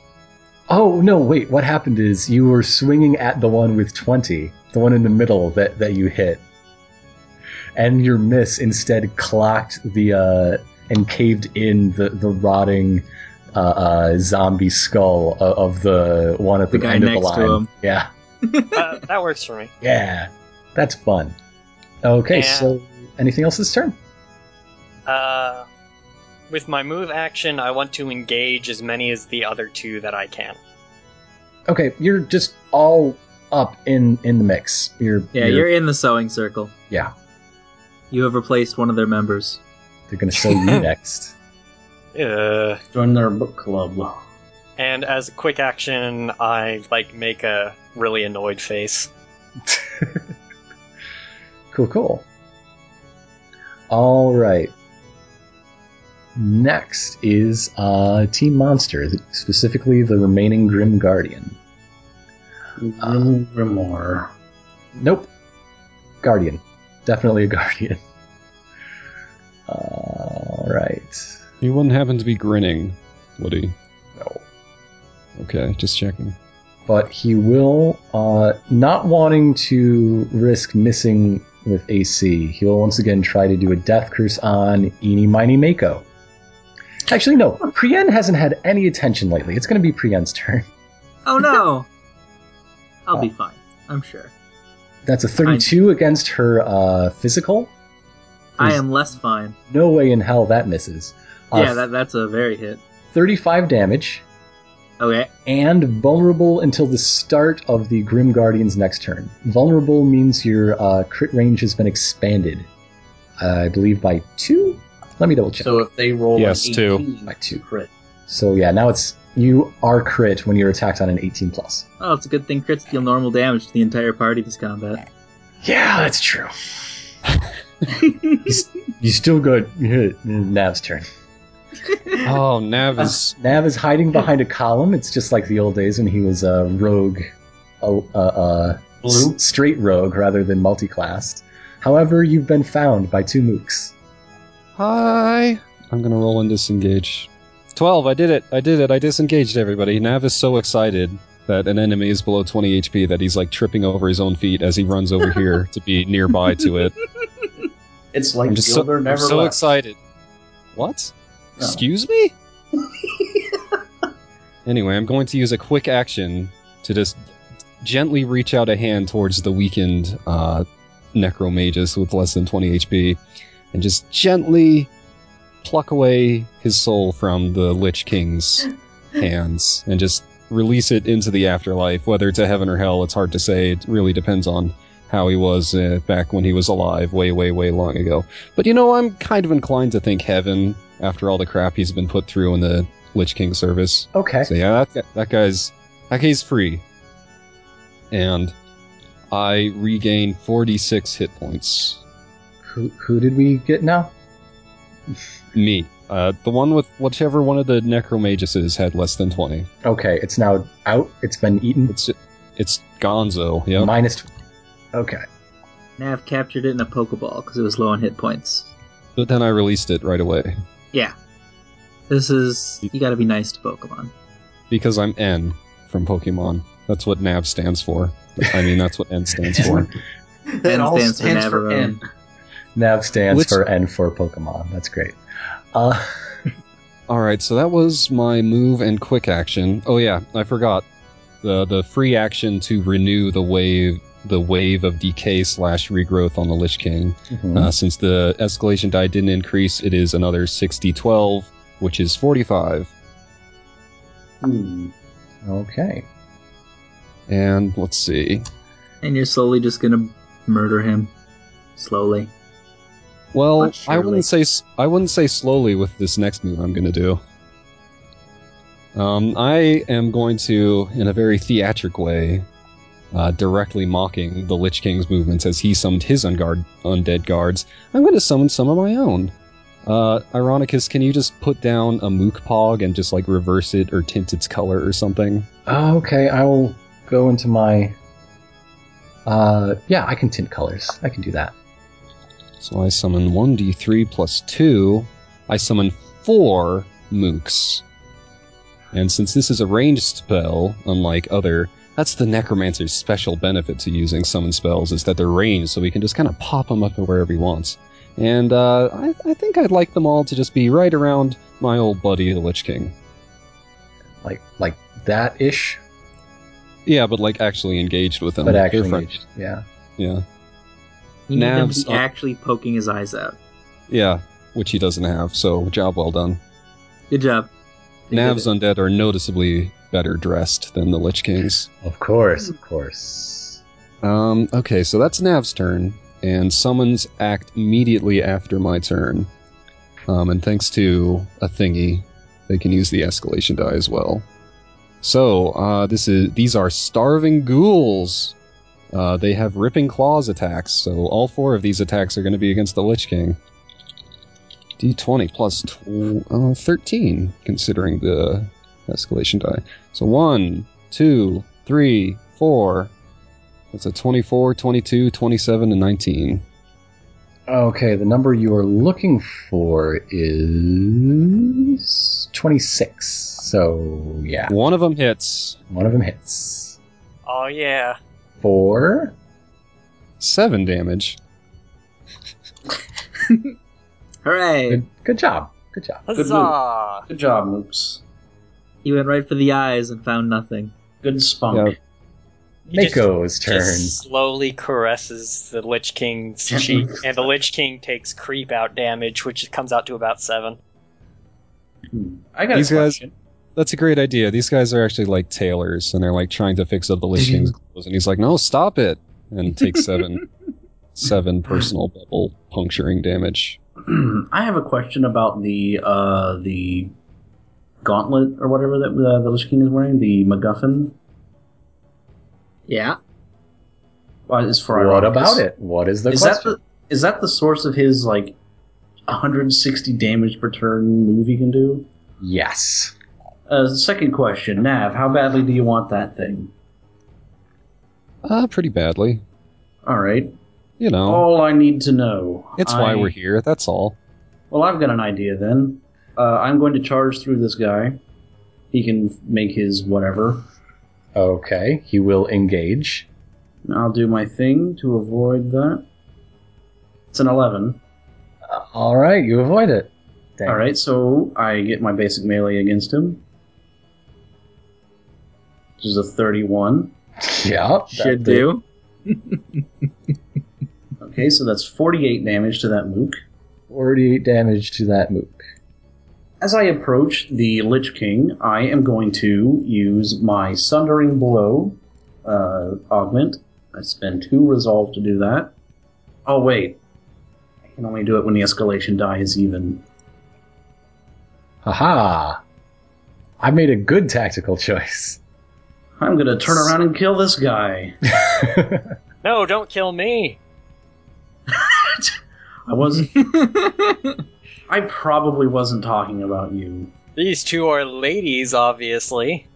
S1: Oh no! Wait, what happened is you were swinging at the one with twenty, the one in the middle that that you hit, and your miss instead clocked the uh, and caved in the the rotting uh, uh, zombie skull of, of the one at the,
S4: The guy
S1: end of the
S4: next to
S1: line.
S4: him.
S1: Yeah,
S3: Uh, that works for me.
S1: yeah, that's fun. Okay,
S3: Yeah.
S1: so anything else this turn?
S3: Uh, with my move action, I want to engage as many as the other two that I can.
S1: Okay, you're just all up in in the mix. You're
S4: Yeah, you're in the sewing circle.
S1: yeah.
S4: You have replaced one of their members.
S1: They're gonna sew you next.
S3: Uh,
S5: Join their book club.
S3: and as a quick action, I like make a really annoyed face.
S1: Cool, cool. All right. Next is uh, Team Monster, specifically the remaining Grim Guardian.
S5: Grim Grimoire.
S1: Nope. Guardian. Definitely a Guardian. All right.
S2: He wouldn't happen to be grinning, would he?
S1: No.
S2: Okay, just checking.
S1: But he will, uh, not wanting to risk missing with AC, he will once again try to do a death curse on Eeny Miny Mako. Actually, no. Prien hasn't had any attention lately. It's going to be Prien's turn.
S4: Oh no! I'll be fine. I'm sure.
S1: That's a 32 against her uh, physical.
S4: I
S1: Is-
S4: am less fine.
S1: No way in hell that misses. Uh,
S4: Yeah, that, that's a very hit.
S1: 35 damage
S4: Okay.
S1: and vulnerable until the start of the Grim Guardian's next turn. Vulnerable means your uh, crit range has been expanded, I believe, by two. Let me double check. So,
S5: So if they roll
S2: Yes,
S5: an
S2: two.
S5: 18,
S1: By two.
S5: crit.
S1: yeah, now it's you are crit when you're attacked on an 18 plus.
S4: Oh, it's a good thing crits deal normal damage to the entire party this combat.
S1: Yeah, that's true. You still got hit. Nav's turn.
S2: Oh, Nav is
S1: Nav is hiding behind a column. It's just like the old days when he was a rogue, a, a, uh, a
S5: Blue.
S1: s- straight rogue rather than multiclassed. However, you've been found by two mooks.
S2: hi. I'm gonna roll and disengage. Twelve. I did it. I did it. I disengaged everybody. Nav is so excited that an enemy is below 20 HP that he's like tripping over his own feet as he runs over here to be nearby to it.
S5: It's like
S2: I'm just so,
S5: Gilder
S2: I'm
S5: never
S2: so
S5: left.
S2: excited. What?
S5: No.
S2: Excuse me? anyway, I'm going to use a quick action to just gently reach out a hand towards the weakened uh, Necromagus with less than 20 HP and just gently pluck away his soul from the Lich King's hands and just release it into the afterlife, whether to heaven or hell. It's hard to say. It really depends on how he was uh, back when he was alive, way, way, way long ago. But you know, I'm kind of inclined to think heaven after all the crap he's been put through in the Lich King service.
S1: Okay.
S2: So yeah, that, that guy's that guy's free, and I regain 46 hit points.
S1: Who, who did we get now?
S2: Me, uh, the one with whichever one of the Necromaguses had less than 20.
S1: Okay, it's now out. It's been eaten.
S2: It's it's Gonzo. Yeah.
S1: Minus. tw- Okay.
S4: Nav captured it in a Pokeball because it was low on hit points.
S2: But then I released it right away
S4: This is. You gotta be nice to Pokemon.
S2: because I'm N from Pokemon. That's what Nav stands for. I mean, that's what N stands for.
S5: It all
S4: stands for
S5: stands for
S4: Navarone.
S5: N.
S1: Nav stands
S2: Which-
S1: for N for Pokemon. That's great. Uh,
S2: All right, so that was my move and quick action. Oh yeah, I forgot the the free action to renew the wave the wave of decay slash regrowth on the Lich King.
S1: mhm.
S2: Uh, since the escalation die didn't increase, it is another 60 12, which is 45.
S5: Hmm.
S1: Okay.
S2: And let's see.
S4: And you're slowly just gonna murder him. Slowly.
S2: Well,
S4: Not
S2: I
S4: surely.
S2: wouldn't say s- I wouldn't say slowly with this next move I'm going to do. Um, I am going to, in a very theatric way, uh, directly mocking the Lich King's movements as he summoned his unguard, undead guards. I'm going to summon some of my own. Uh, Ironicus, can you just put down a Mook Pog and just like reverse it or tint its color or something?
S1: Okay, I will. go into my. Uh, yeah, I can tint colors. I can do that.
S2: So I summon 1d3 plus 2. I summon 4 mooks. And since this is a ranged spell, unlike other, that's the necromancer's special benefit to using summon spells is that they're ranged, so he can just kind of pop them up wherever he wants. And uh, I, I think I'd like them all to just be right around my old buddy, the Lich King.
S1: Like like that ish,
S2: Yeah, but like actually engaged with him.
S1: but
S2: They're
S1: actually,
S2: friends.
S1: engaged. yeah.
S2: Yeah,
S4: You need him
S2: Nav's
S4: to be
S2: on-
S4: actually poking his eyes out.
S2: yeah, which he doesn't have. So job well done.
S4: Good job. They did
S2: Nav's
S4: it.
S2: undead are noticeably better dressed than the Lich Kings.
S1: Of course, of course.
S2: Um, okay, so that's Nav's turn, and summons act immediately after my turn. Um, and thanks to a thingy, they can use the escalation die as well. So uh, this is these are starving ghouls. Uh, they have ripping claws attacks, so all four of these attacks are going to be against the Lich King. D20 plus tw- uh, 13, considering the escalation die. So one, two, three, four. That's a 24, 22, 27, and 19.
S1: Okay, the number you are looking for is twenty-six. So yeah,
S2: One of them hits.
S1: one of them hits
S3: Oh yeah.
S1: four.
S2: Seven damage.
S4: Hooray!
S1: Good, good job. Good job.
S3: Huzzah!
S5: Good job, Mooks.
S4: He went right for the eyes and found nothing.
S5: Good spunk.
S3: He just-
S1: Mako's turn.
S3: Just slowly caresses the Lich King's cheek, and the Lich King takes creep out damage, which comes out to about seven.
S5: Hmm. I got
S2: These
S5: a
S2: guys-
S5: question.
S2: That's a great idea. These guys are actually like tailors, and they're like trying to fix up the Lich King's clothes. And he's like, no, stop it. And takes seven, seven personal bubble puncturing damage.
S5: I have a question about the uh, the gauntlet or whatever that uh, the Lich King is wearing. The MacGuffin.
S4: Yeah.
S5: Well, it's for
S1: What
S5: Ironicus.
S1: about it? What is the
S5: Is that
S1: question?
S5: the is that the source of his like 160 damage per turn move he can do?
S1: Yes.
S5: Uh, second question, Nav, how badly do you want that thing?
S2: Uh, pretty badly.
S5: All right,
S2: You know,
S5: all I need to know.
S2: it's why
S5: I-
S2: we're here. That's all.
S5: Well, I've got an idea then. Uh, I'm going to charge through this guy. He can make his whatever.
S1: Okay, he will engage.
S5: I'll do my thing to avoid that. It's an 11.
S1: Uh, all right, you avoid it. Dang.
S5: All right, so I get my basic melee against him, which is a 31.
S1: Yeah. that- that-
S4: Should do.
S5: Okay, so that's 48 damage to that mook.
S1: 48 damage to that mook.
S5: As I approach the Lich King, I am going to use my Sundering Blow uh, augment. I spend two resolve to do that. Oh, wait. I can only do it when the escalation die is even.
S1: Haha. I made a good tactical choice.
S5: I'm going to turn around and kill this guy.
S3: No, don't kill me!
S5: I was. I probably wasn't talking about you.
S3: These two are ladies, obviously.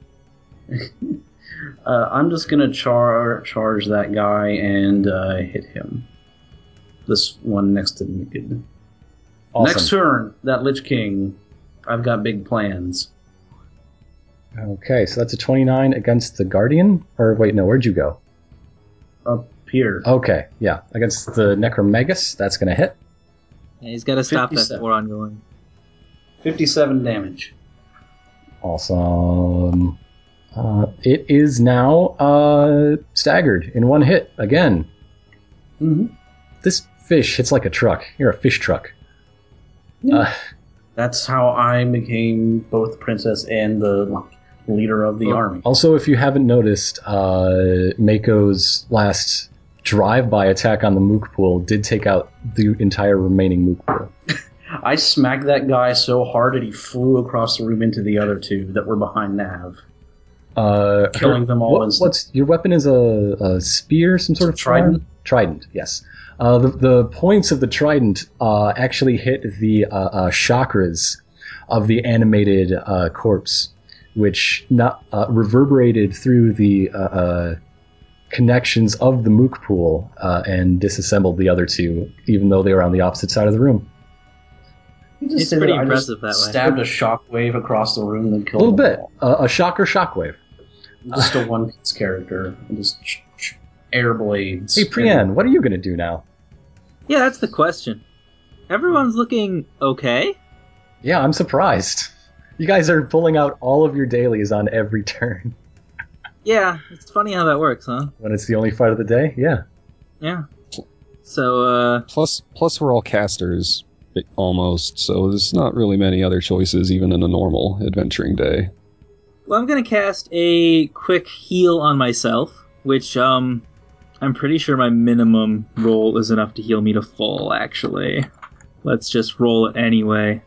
S5: Uh, I'm just going to char- charge that guy and uh, hit him. This one next to Naked.
S1: Awesome.
S5: Next turn, that Lich King. I've got big plans.
S1: Okay, so that's a 29 against the Guardian. Or wait, no, where'd you go?
S5: Up here.
S1: Okay, yeah, against the Necromagus. That's going to hit.
S4: Yeah, he's got to stop that
S5: 57.
S4: before ongoing.
S5: 57 damage.
S1: Awesome. Uh, it is now uh, staggered in one hit again.
S5: Mm-hmm.
S1: This fish hits like a truck. You're a fish truck. Uh,
S5: That's how I became both the princess and the like, leader of the
S1: Oh.
S5: army.
S1: Also, if you haven't noticed, uh, Mako's last drive-by attack on the Mook pool did take out the entire remaining Mook pool.
S5: I smacked that guy so hard that he flew across the room into the other two that were behind Nav.
S1: Uh,
S5: Killing them all
S1: what-
S5: instantly.
S1: what's your weapon? Is a, a spear, some sort of
S5: Trident?
S1: firearm? Trident, yes. Uh, the, the points of the trident uh, actually hit the uh, uh, chakras of the animated uh, corpse, which not uh, reverberated through the uh, uh, connections of the mook pool uh, and disassembled the other two, even though they were on the opposite side of the room.
S5: You just
S4: It's
S5: say that
S4: pretty
S5: I just
S4: impressive that way.
S5: Stabbed a shockwave across the room and
S1: A
S5: killed
S1: little
S5: them
S1: bit,
S5: all.
S1: uh, a shocker shockwave.
S5: Just a one piece character. and Just ch- ch- air blades.
S1: Hey, Priyan, what are you going to do now?
S4: Yeah, that's the question. Everyone's looking okay.
S1: Yeah, I'm surprised. You guys are pulling out all of your dailies on every turn
S4: Yeah, it's funny how that works, huh?
S1: when it's the only fight of the day. Yeah.
S4: Yeah. So, uh,
S2: Plus, plus we're all casters i- almost, so there's not really many other choices even in a normal adventuring day.
S4: well, I'm gonna cast a quick heal on myself, which, um, I'm pretty sure my minimum roll is enough to heal me to full, actually. Let's just roll it anyway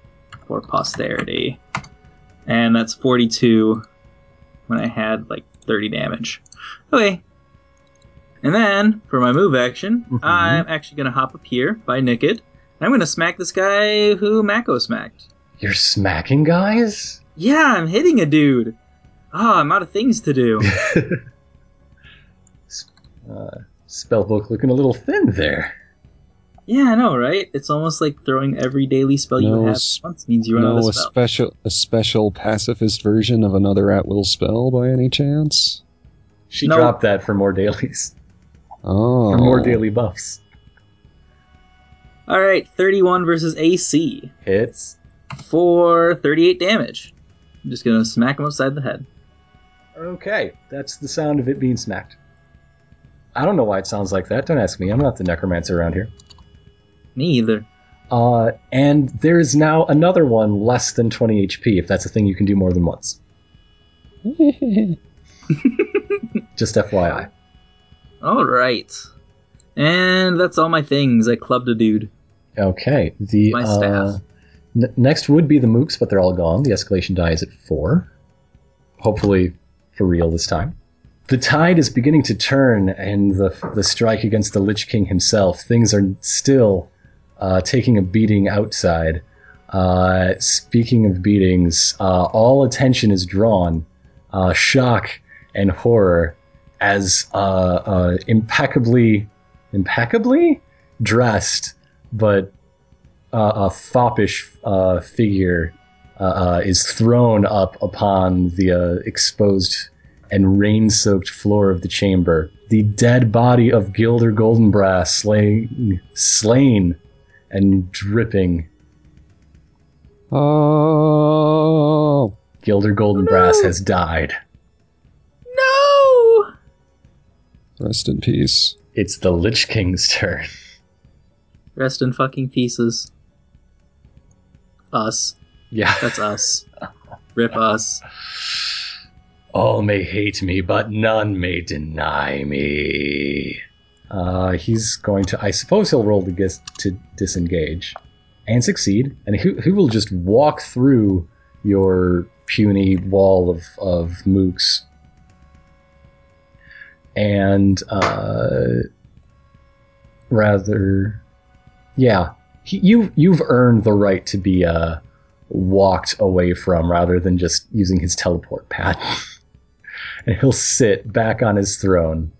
S4: for posterity. And that's 42 when I had, like, 30 damage. Okay. And then, for my move action,
S1: Mhm.
S4: I'm actually gonna hop up here by Naked. and I'm gonna smack this guy who Mako smacked.
S1: You're smacking guys?
S4: Yeah, I'm hitting a dude. Ah, I'm out of things to do.
S1: Uh, spellbook looking a little thin there.
S4: yeah, I know, right? It's almost like throwing every daily spell
S2: No
S4: you have
S2: s-
S4: once means you run out
S2: no,
S4: of
S2: a
S4: spell.
S2: special, a special pacifist version of another at will spell by any chance?
S1: She
S4: No.
S1: dropped that for more dailies,
S2: Oh,
S1: for more daily buffs.
S4: All right, 31 versus AC
S1: Hits.
S4: for 38 damage. I'm just gonna smack him upside the head.
S1: Okay, that's the sound of it being smacked. I don't know why it sounds like that. Don't ask me. I'm not the necromancer around here.
S4: Me either.
S1: Uh, and there is now another one less than 20 HP, if that's a thing you can do more than once. Just FYI.
S4: All right, and that's all my things. I clubbed a dude.
S1: Okay. The
S4: My staff.
S1: uh, n- next would be the mooks, but they're all gone. The escalation die is at four. Hopefully, for real this time. The tide is beginning to turn, and the the strike against the Lich King himself. Things are still uh, taking a beating outside. Uh, speaking of beatings, uh, all attention is drawn, uh, shock and horror, as uh, uh, impeccably, impeccably dressed but uh, a foppish uh, figure uh, uh, is thrown up upon the uh, exposed and rain soaked floor of the chamber. The dead body of Gilder Goldenbrass slain, slain and dripping.
S2: oh,
S1: Gilder Goldenbrass
S4: No.
S1: has died.
S4: No.
S2: rest in peace.
S1: It's the Lich King's turn.
S4: Rest in fucking pieces. Us.
S1: Yeah.
S4: That's us. Rip us.
S1: All may hate me, but none may deny me. Uh, he's going to. I suppose he'll roll to, gis- to disengage and succeed. And who, who will just walk through your puny wall of, of mooks? And uh, rather, yeah, he, you you've earned the right to be uh, walked away from rather than just using his teleport pad. and he'll sit back on his throne.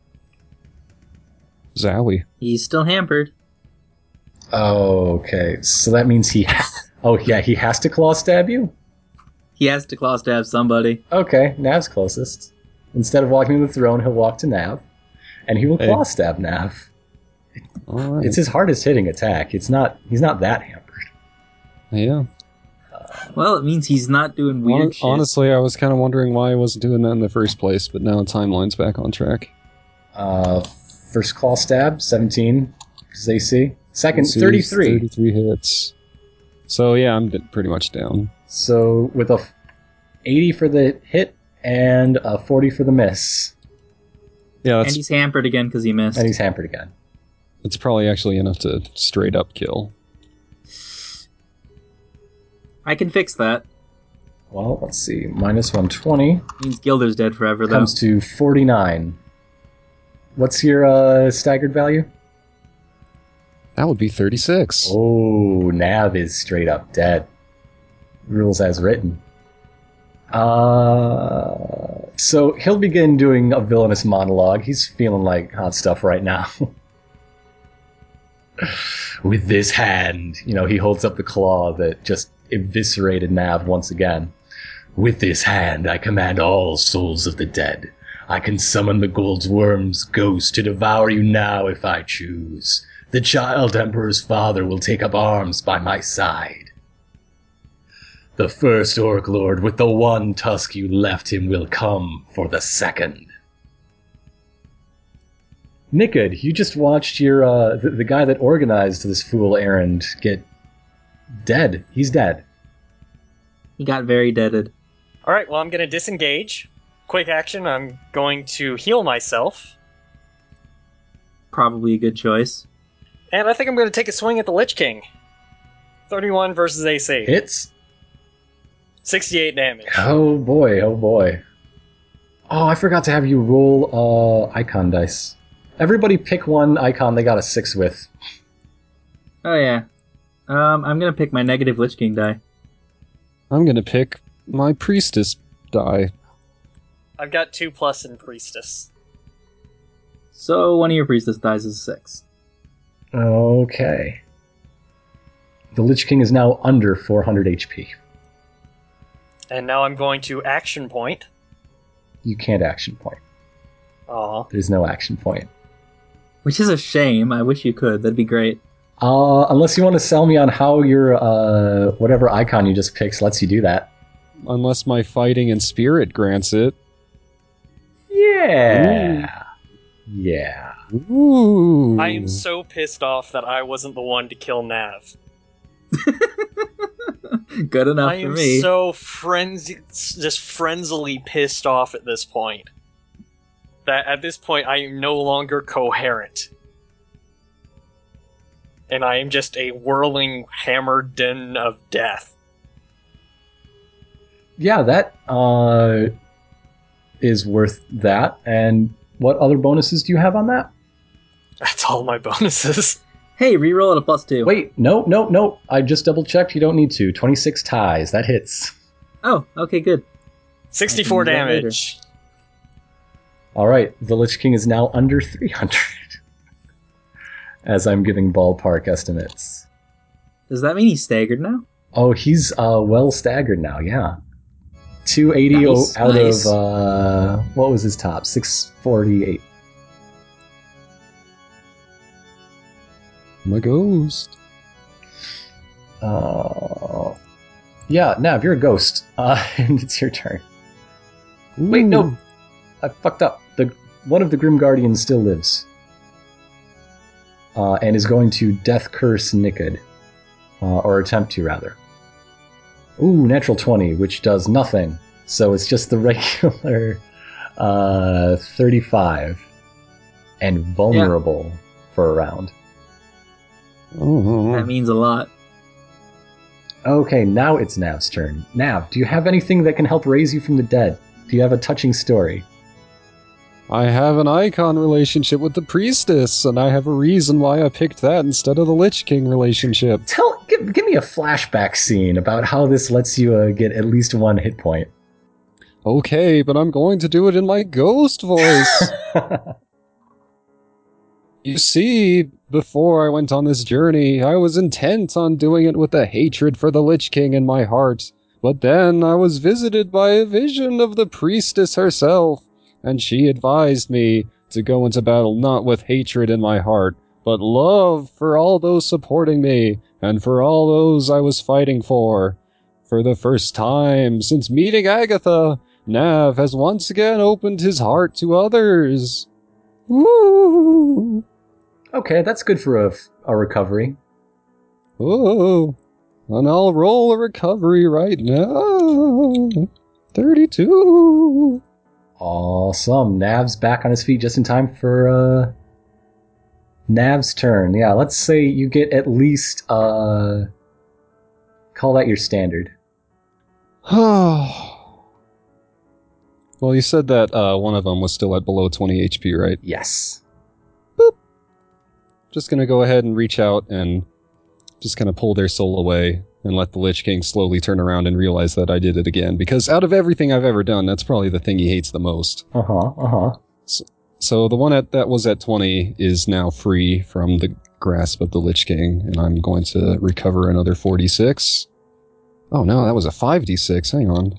S2: Zowie.
S4: He's still hampered.
S1: Oh, Okay, so that means he. Ha- oh yeah, he has to claw stab you.
S4: He has to claw stab somebody.
S1: Okay, Nav's closest. Instead of walking to the throne, he'll walk to Nav, and he will
S2: Hey.
S1: claw stab Nav.
S2: All right.
S1: It's his hardest hitting attack. It's not. He's not that hampered.
S2: yeah.
S4: Well, it means he's not doing weird
S2: Hon-
S4: shit.
S2: honestly, I was kind of wondering why I wasn't doing that in the first place, but now the timeline's back on track.
S1: Uh, first claw stab, seventeen. Is AC. Second,
S2: This is
S1: thirty-three.
S2: 33 hits. So yeah, I'm d- pretty much down.
S1: So with a f- 80 for the hit and a 40 for the miss,
S2: Yeah,
S4: and
S2: that's
S4: he's hampered again because he missed.
S1: and he's hampered again.
S2: it's probably actually enough to straight up kill.
S4: I can fix that.
S1: Well, let's see. Minus 120
S4: Means Gilder's dead forever, though.
S1: comes to 49. What's your uh, staggered value?
S2: That would be 36.
S1: Oh, Nav is straight up dead. Rules as written. Uh, so he'll begin doing a villainous monologue. He's feeling like hot stuff right now. With this hand, you know, he holds up the claw that just eviscerated Nav once again. With this hand, I command all souls of the dead. I can summon the gold worm's ghost to devour you now if I choose. The child emperor's father will take up arms by my side. The first Orc Lord with the one tusk you left him will come for the second. Nikod, you just watched your uh, the, the guy that organized this fool errand get dead. He's dead.
S4: He got very deaded.
S3: All right, well, I'm going to disengage. Quick action, I'm going to heal myself.
S4: Probably a good choice.
S3: And I think I'm going to take a swing at the Lich King. 31 versus AC.
S1: Hits.
S3: 68 damage.
S1: Oh boy. Oh boy. Oh, I forgot to have you roll uh, icon dice. Everybody pick one icon they got a six with.
S4: Oh yeah. Um, I'm gonna pick my negative Lich King die.
S2: I'm gonna pick my priestess die.
S3: I've got two plus in Priestess.
S4: So one of your priestess dies is six.
S1: Okay. The Lich King is now under 400 HP.
S3: And now I'm going to action point.
S1: You can't action point.
S3: Aw.
S1: There's no action point.
S4: Which is a shame. I wish you could. That'd be great.
S1: Uh, unless you want to sell me on how your uh, whatever icon you just picked lets you do that.
S2: Unless my fighting and spirit grants it.
S1: Yeah. Yeah.
S2: Ooh.
S3: I am so pissed off that I wasn't the one to kill Nav.
S4: Good enough
S3: I
S4: for
S3: am
S4: me.
S3: so frenzy, just frenzily pissed off at this point. That at this point I am no longer coherent, and I am just a whirling hammer den of death.
S1: Yeah, that uh, is worth that. And what other bonuses do you have on that?
S3: That's all my bonuses.
S4: hey, reroll at a plus two.
S1: Wait, no, no, no. I just double checked. You don't need to. 26 ties. That hits.
S4: Oh, okay, good.
S3: Sixty-four
S4: I can do that
S3: damage.
S1: All right, the Lich King is now under 300. As I'm giving ballpark estimates.
S4: Does that mean he's staggered now?
S1: Oh, he's uh, well staggered now, yeah. 280 o-
S4: Nice,
S1: out
S4: nice.
S1: of, uh, what was his top? 648.
S2: I'm a ghost.
S1: Uh, yeah, Nav, you're a ghost. Uh, and it's your turn. Wait, no. I fucked up. The One of the Grim Guardians still lives. Uh, and is going to death curse Nikod. Uh, or attempt to, rather. Ooh, natural 20, which does nothing. So it's just the regular uh, 35 and vulnerable for a round.
S2: Oh.
S4: That means a lot.
S1: Okay, now it's Nav's turn. Nav, do you have anything that can help raise you from the dead? Do you have a touching story?
S2: I have an icon relationship with the priestess, and I have a reason why I picked that instead of the Lich King relationship.
S1: Tell, give, give me a flashback scene about how this lets you uh, get at least one hit point.
S2: Okay, but I'm going to do it in my ghost voice. you see, before I went on this journey, I was intent on doing it with a hatred for the Lich King in my heart. But then I was visited by a vision of the priestess herself, and she advised me to go into battle not with hatred in my heart, but love for all those supporting me, and for all those I was fighting for. For the first time since meeting Agatha, Nav has once again opened his heart to others. Woo!
S1: okay, that's good for a, f- a recovery.
S2: Oh, and I'll roll a recovery right now. 32.
S1: Awesome. Nav's back on his feet just in time for uh, Nav's turn. Yeah, let's say you get at least. Uh, call that your standard.
S2: well, you said that uh, one of them was still at below 20 HP, right?
S1: Yes.
S2: Just gonna go ahead and reach out and just kind of pull their soul away and let the Lich King slowly turn around and realize that I did it again. Because out of everything I've ever done, that's probably the thing he hates the most.
S1: Uh huh. Uh huh.
S2: So the one at, that was at 20 is now free from the grasp of the Lich King, and I'm going to recover another 46. Oh no, that was a 5d6. Hang on.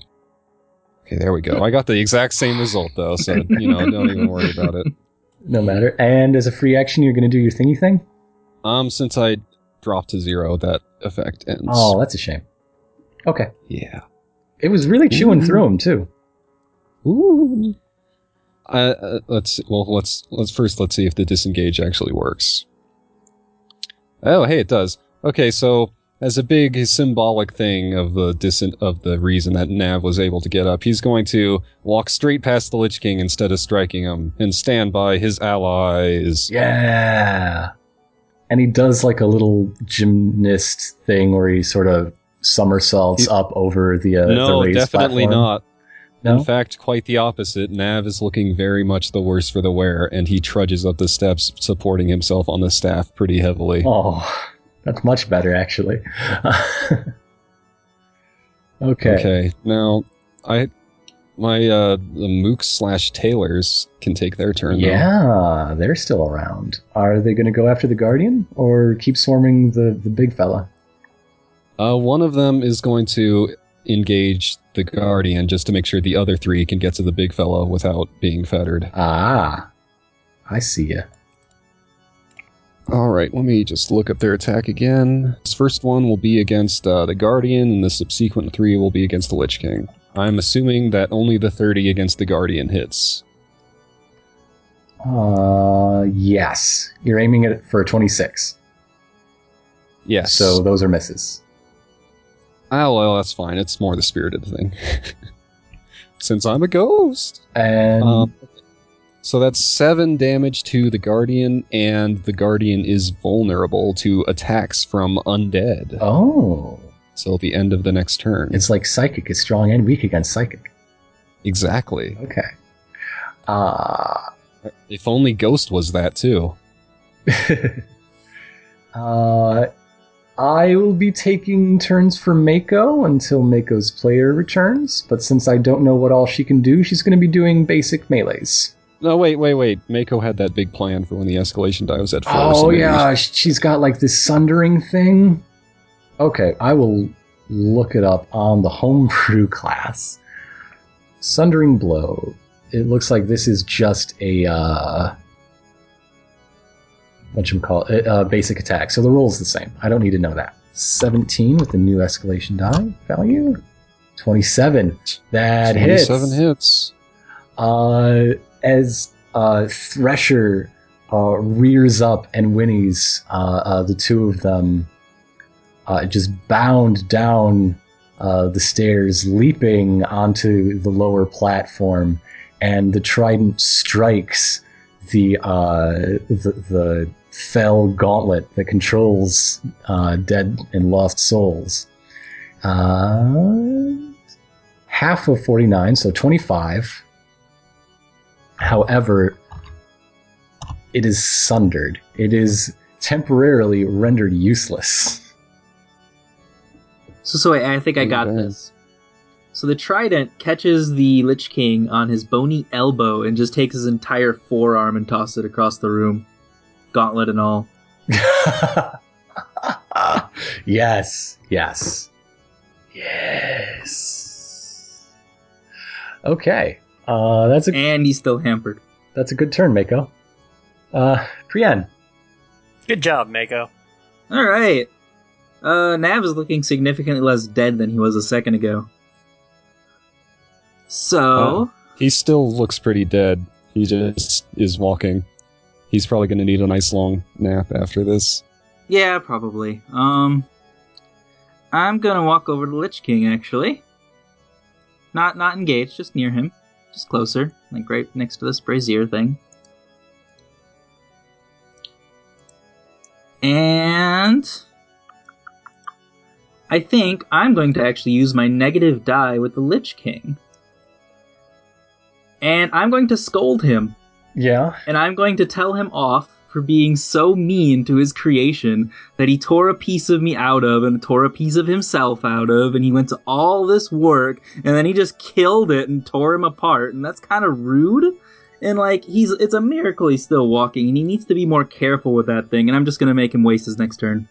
S2: Okay, there we go. I got the exact same result though, so you know, don't even worry about it.
S1: No matter. And as a free action, you're going to do your thingy thing.
S2: Um, since I dropped to zero, that effect ends.
S1: Oh, that's a shame. Okay.
S2: yeah.
S1: It was really chewing through him too.
S2: Ooh. Uh, uh, let's well, let's let's first let's see if the disengage actually works. Oh, hey, it does. Okay, so as a big symbolic thing of the disen- of the reason that Nav was able to get up, he's going to walk straight past the Lich King instead of striking him, and stand by his allies.
S1: Yeah. And he does like a little gymnast thing where he sort of somersaults
S2: He-
S1: up over the uh, the
S2: no,
S1: raised
S2: definitely
S1: platform.
S2: not. In
S1: No.
S2: fact, quite the opposite. Nav is looking very much the worse for the wear, and he trudges up the steps, supporting himself on the staff pretty heavily.
S1: Oh, that's much better actually. okay.
S2: Okay. Now, I my uh the mooks slash tailors can take their turn. though.
S1: Yeah, they're still around. Are they going to go after the guardian or keep swarming the the big fella?
S2: Uh, one of them is going to engage the guardian just to make sure the other three can get to the big fellow without being fettered.
S1: Ah, I see ya.
S2: All right. Let me just look up their attack again. This first one will be against uh, the guardian, and the subsequent three will be against the lich king. I'm assuming that only the thirty against the guardian hits.
S1: Uh, yes. You're aiming it for a 26.
S2: Yes.
S1: So those are misses.
S2: Oh well, that's fine. It's more the spirited thing. Since I'm a ghost.
S1: And
S2: Um, so that's seven damage to the guardian, and the guardian is vulnerable to attacks from undead
S1: oh,
S2: till the end of the next turn.
S1: it's like psychic is strong and weak against psychic.
S2: exactly.
S1: Okay. Uh,
S2: If only ghost was that too.
S1: uh, I will be taking turns for Mako until Mako's player returns, but since I don't know what all she can do, she's going to be doing basic melees.
S2: No, wait, wait, wait. Mako had that big plan for when the escalation die was at four.
S1: Oh
S2: so maybe-
S1: yeah, sh- she's got like this sundering thing. Okay, I will look it up on the homebrew class. Sundering blow. It looks like this is just a uh, what you call it, uh, basic attack. So the roll's the same. I don't need to know that. Seventeen with the new escalation die value. Twenty-seven. That
S2: Twenty-seven
S1: hits
S2: hits.
S1: uh, as uh, Thresher uh, rears up and whinnies, uh, uh, the two of them uh, just bound down uh, the stairs, leaping onto the lower platform, and the trident strikes the uh, the, the fell gauntlet that controls uh, dead and lost souls. Uh, half of 49, so 25. However, it is sundered. It is temporarily rendered useless.
S4: So, so I, I think I got
S2: Okay.
S4: this. So the trident catches the Lich King on his bony elbow and just takes his entire forearm and tosses it across the room, gauntlet and all.
S1: yes, yes, yes. Okay, uh, that's a
S4: And he's still hampered.
S1: that's a good turn, Mako. Uh, Prien,
S3: Good job, Mako.
S4: All right. Uh, Nav is looking significantly less dead than he was a second ago. So,
S2: He still looks pretty dead. He just is walking. He's probably going to need a nice long nap after this.
S4: yeah, probably. Um, I'm gonna walk over to Lich King actually. Not not engaged, just near him, just closer, like right next to this brazier thing. And I think I'm going to actually use my negative die with the Lich King. And I'm going to scold him,
S1: yeah,
S4: and I'm going to tell him off for being so mean to his creation that he tore a piece of me out of and tore a piece of himself out of and he went to all this work and then he just killed it and tore him apart and that's kind of rude and like he's it's a miracle he's still walking and he needs to be more careful with that thing and i'm just going to make him waste his next turn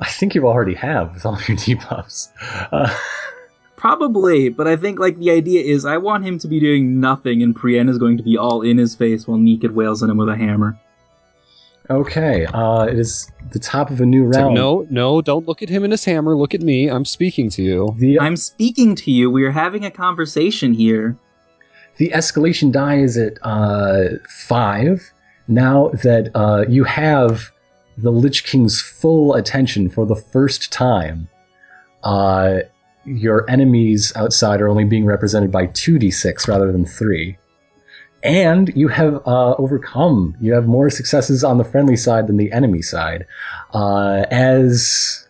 S1: I think you already have with all your debuffs. Uh,
S4: Probably, but I think like the idea is I want him to be doing nothing, and Prien is going to be all in his face while Nikid wails at him with a hammer.
S1: okay, uh, it is the top of a new
S2: It's like,
S1: round.
S2: no, no, don't look at him and his hammer. Look at me. I'm speaking to you.
S1: The
S4: I'm speaking to you. We are having a conversation here.
S1: the escalation die is at uh, five. Now that uh, you have the Lich King's full attention for the first time, uh, your enemies outside are only being represented by 2d6 rather than 3. And you have uh, overcome. You have more successes on the friendly side than the enemy side. Uh, as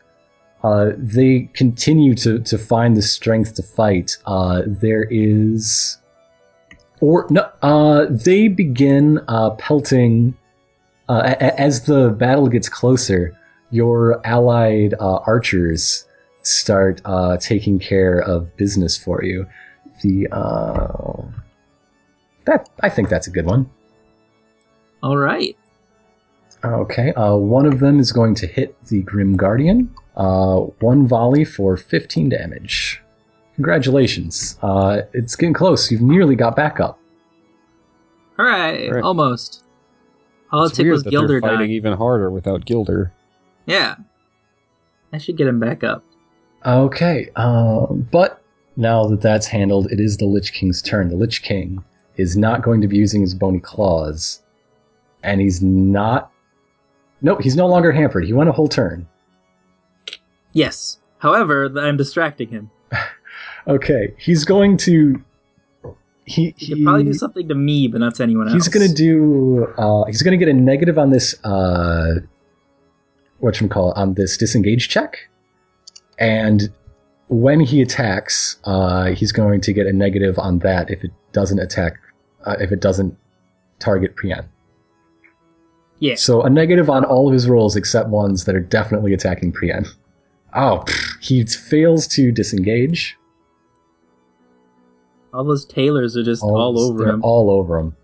S1: uh, they continue to, to find the strength to fight, uh, there is or no, uh, they begin uh, pelting uh, a- a- as the battle gets closer. Your allied uh, archers start uh, taking care of business for you. The uh, that I think that's a good one.
S4: All right.
S1: Okay, uh, one of them is going to hit the Grim Guardian. Uh, one volley for 15 damage. Congratulations. Uh, it's getting close. You've nearly got back up.
S4: All right.
S2: Right.
S4: Almost. All it
S2: it's
S4: took
S2: weird
S4: was
S2: that they're
S4: Gilder
S2: fighting
S4: dying.
S2: even harder without Gilder.
S4: Yeah. I should get him back up.
S1: Okay, uh, but now that that's handled, it is the Lich King's turn. The Lich King is not going to be using his bony claws, and he's not. No, he's no longer hampered. He went a whole turn.
S4: Yes. However, th- I'm distracting him.
S1: Okay, he's going to. He,
S4: He could probably do
S1: he-
S4: something to me, but not to anyone else.
S1: He's gonna do. Uh, he's gonna get a negative on this. Uh, what you call on this disengage check, and when he attacks, uh, he's going to get a negative on that if it doesn't attack, uh, if it doesn't target Prien.
S4: Yeah.
S1: So a negative on all of his rolls except ones that are definitely attacking Prien. Oh, pff, he fails to disengage.
S4: All those tailors are just all, over
S1: they're
S4: him.
S1: All over him.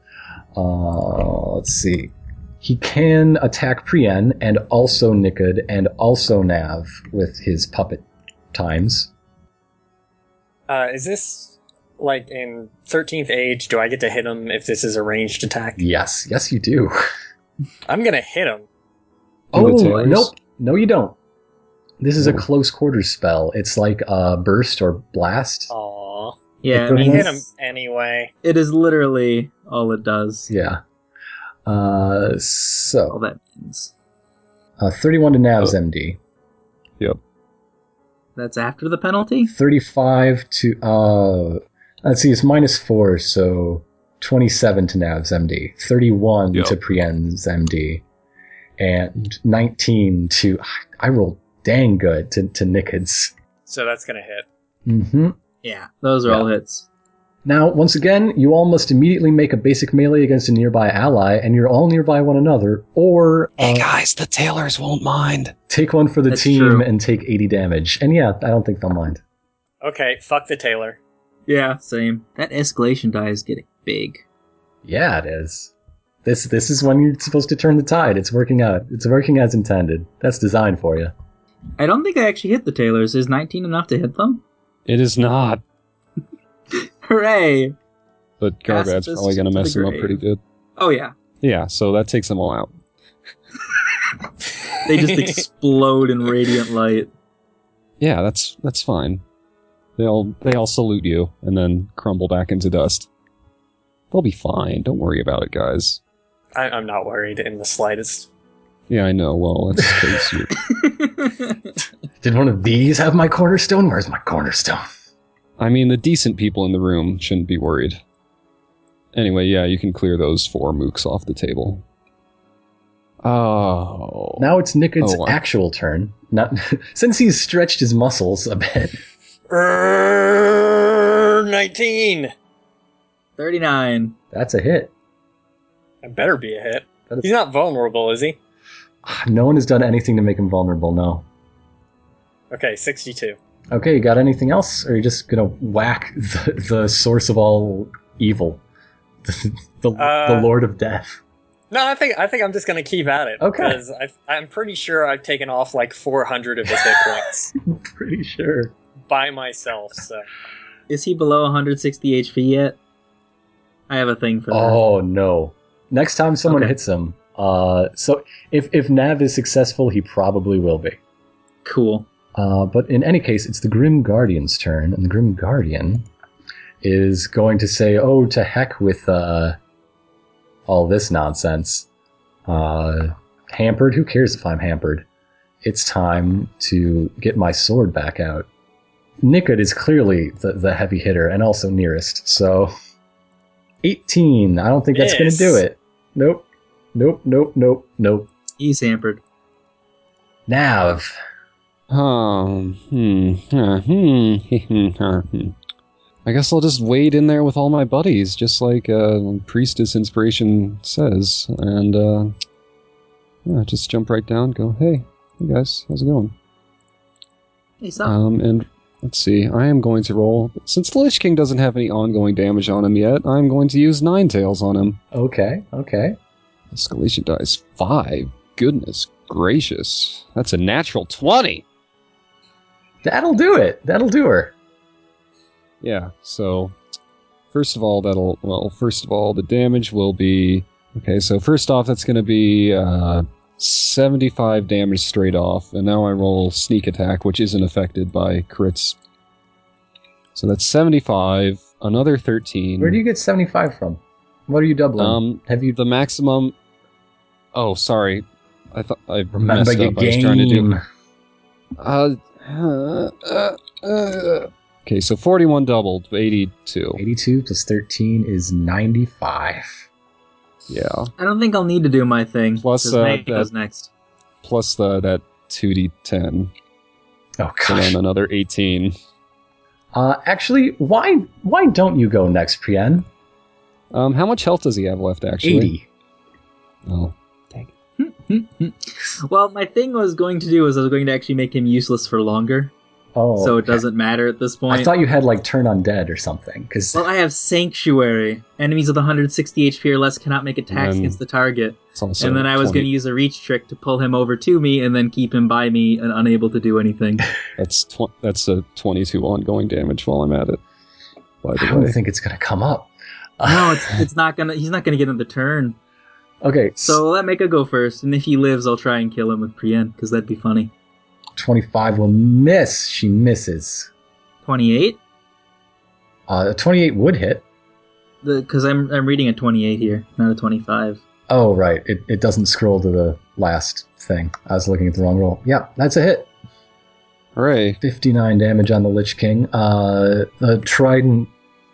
S1: Uh, let's see. He can attack Prien and also Nikod and also Nav with his puppet times.
S3: Uh, is this like in 13th Age? Do I get to hit him if this is a ranged attack?
S1: Yes, yes, you do.
S3: I'm gonna hit him.
S2: And the
S1: Oh,
S2: tailors?
S1: nope. No, you don't. This is a
S2: No.
S1: close quarters spell. It's like a burst or blast.
S3: Oh. Aw.
S4: yeah.
S1: it
S4: I mean,
S1: goes-
S3: Hit
S4: it's-
S3: him anyway.
S4: It is literally all it does.
S1: Yeah. Uh,
S4: All
S1: so,
S4: that means.
S1: uh, 31 to Nav's MD.
S4: That's after the penalty?
S1: 35 to uh let's see it's minus 4 so 27 to nav's md 31
S2: Yep.
S1: to prien's md and 19 to i rolled dang good to, to nickens
S3: So that's gonna hit.
S1: hmm
S4: Yeah. Those are all hits.
S1: now once again you all must immediately make a basic melee against a nearby ally and you're all nearby one another or uh,
S2: guys, the tailors won't mind.
S1: take one for the
S4: That's
S1: team
S4: true.
S1: and take 80 damage and yeah i don't think they'll mind
S3: Okay, fuck the tailor.
S4: Yeah. Same. That escalation die is getting big.
S1: Yeah, it is. This this is when you're supposed to turn the tide. It's working out. It's working as intended. That's designed for you.
S4: I don't think I actually hit the Taylors. Is 19 enough to hit them?
S2: It is not,
S4: Hooray!
S2: but
S4: Cast
S2: Garbad's
S4: this
S2: probably going to
S4: to the
S2: mess him up
S4: grave.
S2: pretty good.
S4: Oh, yeah.
S2: Yeah, so that takes them all out.
S4: They just explode in radiant light.
S2: Yeah, that's that's fine. They'll they all salute you and then crumble back into dust. They'll be fine. Don't worry about it, guys.
S3: I- I'm not worried in the slightest.
S2: Yeah, I know. Well, let's face you.
S1: Did one of these have my cornerstone? Where's my cornerstone?
S2: I mean, the decent people in the room shouldn't be worried. Anyway, yeah, you can clear those four mooks off the table. Oh.
S1: Now it's Nickard's
S2: Oh, wow.
S1: actual turn. Not since he's stretched his muscles a bit.
S3: Err, 19!
S4: 39.
S1: That's a hit.
S3: That better be a hit.
S1: That is-
S3: He's not vulnerable, is he?
S1: No one has done anything to make him vulnerable, no.
S3: Okay, 62.
S1: Okay, you got anything else? Or are you just going to whack the, the source of all evil? the, the,
S3: Uh,
S1: Lord of Death.
S3: No, I think I think I'm just gonna keep at it.
S1: Okay.
S3: Because I've- I'm pretty sure I've taken off like 400 of his hit points
S1: I'm pretty sure.
S3: by myself. So
S4: Is he below 160 HP yet? I have a thing for that.
S1: Oh no! Next time someone
S4: Okay.
S1: hits him, uh, so if if Nav is successful, he probably will be.
S4: Cool.
S1: Uh, but in any case, it's the Grim Guardian's turn, and the Grim Guardian is going to say, "Oh, to heck with uh, all this nonsense. Uh, hampered? Who cares if I'm hampered? It's time to get my sword back out." Nikod is clearly the, the heavy hitter and also nearest, so 18. I don't think that's going to
S3: Yes.
S1: do it. Nope. Nope, nope, nope, nope.
S4: He's hampered.
S1: Nav.
S2: Um, hmm, huh, hmm, hmm, huh, hmm. I guess I'll just wade in there with all my buddies, just like uh, Priestess Inspiration says, and uh, yeah, just jump right down. Go, hey, hey guys, how's it going?
S4: He's up.
S2: Um, and let's see, I am going to roll since the Lich King doesn't have any ongoing damage on him yet. I'm going to use Nine Tails on him.
S1: Okay, okay.
S2: Escalation dice five. Goodness gracious, that's a natural twenty.
S1: That'll do it. That'll do her.
S2: Yeah, so first of all, that'll, well, first of all, the damage will be, okay, so first off, that's going to be uh, 75 damage straight off, and now I roll sneak attack, which isn't affected by crits. So that's 75, another 13.
S1: Where do you get 75 from? What are you doubling?
S2: Um,
S1: Have you
S2: the maximum. Oh, sorry. I thought I
S1: remember
S2: messed
S1: your
S2: up. I was
S1: game?
S2: trying to do Uh, uh, uh, uh. Okay, so 41 doubled, 82.
S1: 82 plus 13 is Oh, 95.
S2: Yeah.
S4: I don't think I'll need to do my thing.
S2: Plus,
S4: 'cause
S2: uh,
S4: Maggie
S2: that-
S4: goes next.
S2: plus the that 2d10
S1: Oh
S2: so
S1: gosh.
S2: then another 18
S1: Uh, actually, why why don't you go next, Prien?
S2: um how much health does he have left actually
S1: 80.
S2: oh
S4: well, my thing I was going to do was I was going to actually make him useless for longer,
S1: Oh.
S4: so it doesn't matter at this point.
S1: I thought you had like turn undead or something cuz
S4: well, I have Sanctuary. Enemies with 160 HP or less cannot make attacks
S2: then-
S4: against the target.
S2: it's also
S4: and then I was going
S2: 20
S4: to use a reach trick to pull him over to me and then keep him by me and unable to do anything.
S2: that's tw- that's a 22 ongoing damage while i'm at it by
S1: I
S2: the
S1: don't
S2: way
S1: think it's going to come up.
S4: no, it's, it's not gonna. He's not gonna get another turn.
S1: Okay,
S4: So let Mika go first, and if he lives, I'll try and kill him with Prien because that'd be funny.
S1: 25 will miss. She misses.
S4: 28
S1: Uh, 28 would hit.
S4: because I'm I'm reading a 28 here, not a 25.
S1: Oh, right. It, it doesn't scroll to the last thing. I was looking at the wrong roll. Yeah, that's a hit.
S2: hooray
S1: 59 damage on the Lich King. Uh, the trident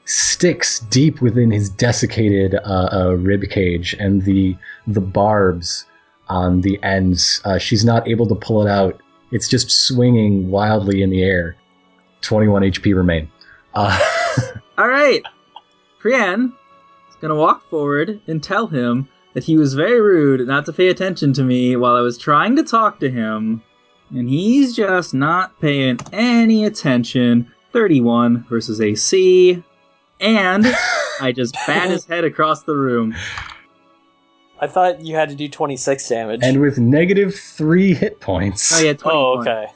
S1: sticks deep within his desiccated uh, uh, rib cage, and the the barbs on the ends. Uh, she's not able to pull it out. It's just swinging wildly in the air. 21 HP remain. Uh,
S4: All right, Prien is gonna walk forward and tell him that he was very rude not to pay attention to me while I was trying to talk to him, and he's just not paying any attention. 31 versus AC, and I just bat his head across the room.
S3: I thought you had to do 26 damage.
S1: and with negative three hit points.
S4: Oh yeah, 21.
S3: oh, okay.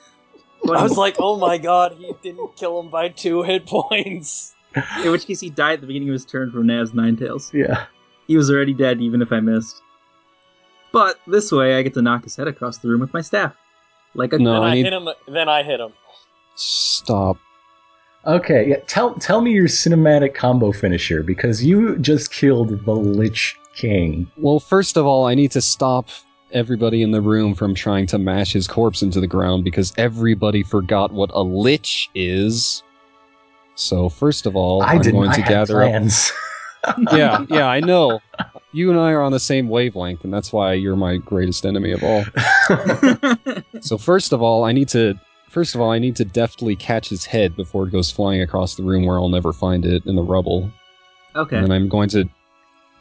S4: 21.
S3: I was like, oh my god, he didn't kill him by two hit points.
S4: In which case, he died at the beginning of his turn from Nav's nine tails.
S1: Yeah.
S4: He was already dead, even if I missed. But this way, I get to knock his head across the room with my staff, like a
S2: No.
S3: then
S2: I
S3: I,
S2: need-
S3: hit him. Then I hit him.
S2: stop
S1: Okay, yeah. Tell tell me your cinematic combo finisher because you just killed the Lich King.
S2: well first of all i need to stop everybody in the room from trying to mash his corpse into the ground because everybody forgot what a lich is so first of all
S1: I
S2: am
S1: didn't.
S2: going
S1: I
S2: to
S1: had
S2: gather up
S1: plans.
S2: yeah, yeah, I know. You and I are on the same wavelength, and that's why you're my greatest enemy of all. So first of all, I need to first of all I need to deftly catch his head before it goes flying across the room where I'll never find it in the rubble.
S4: okay.
S2: And then I'm going to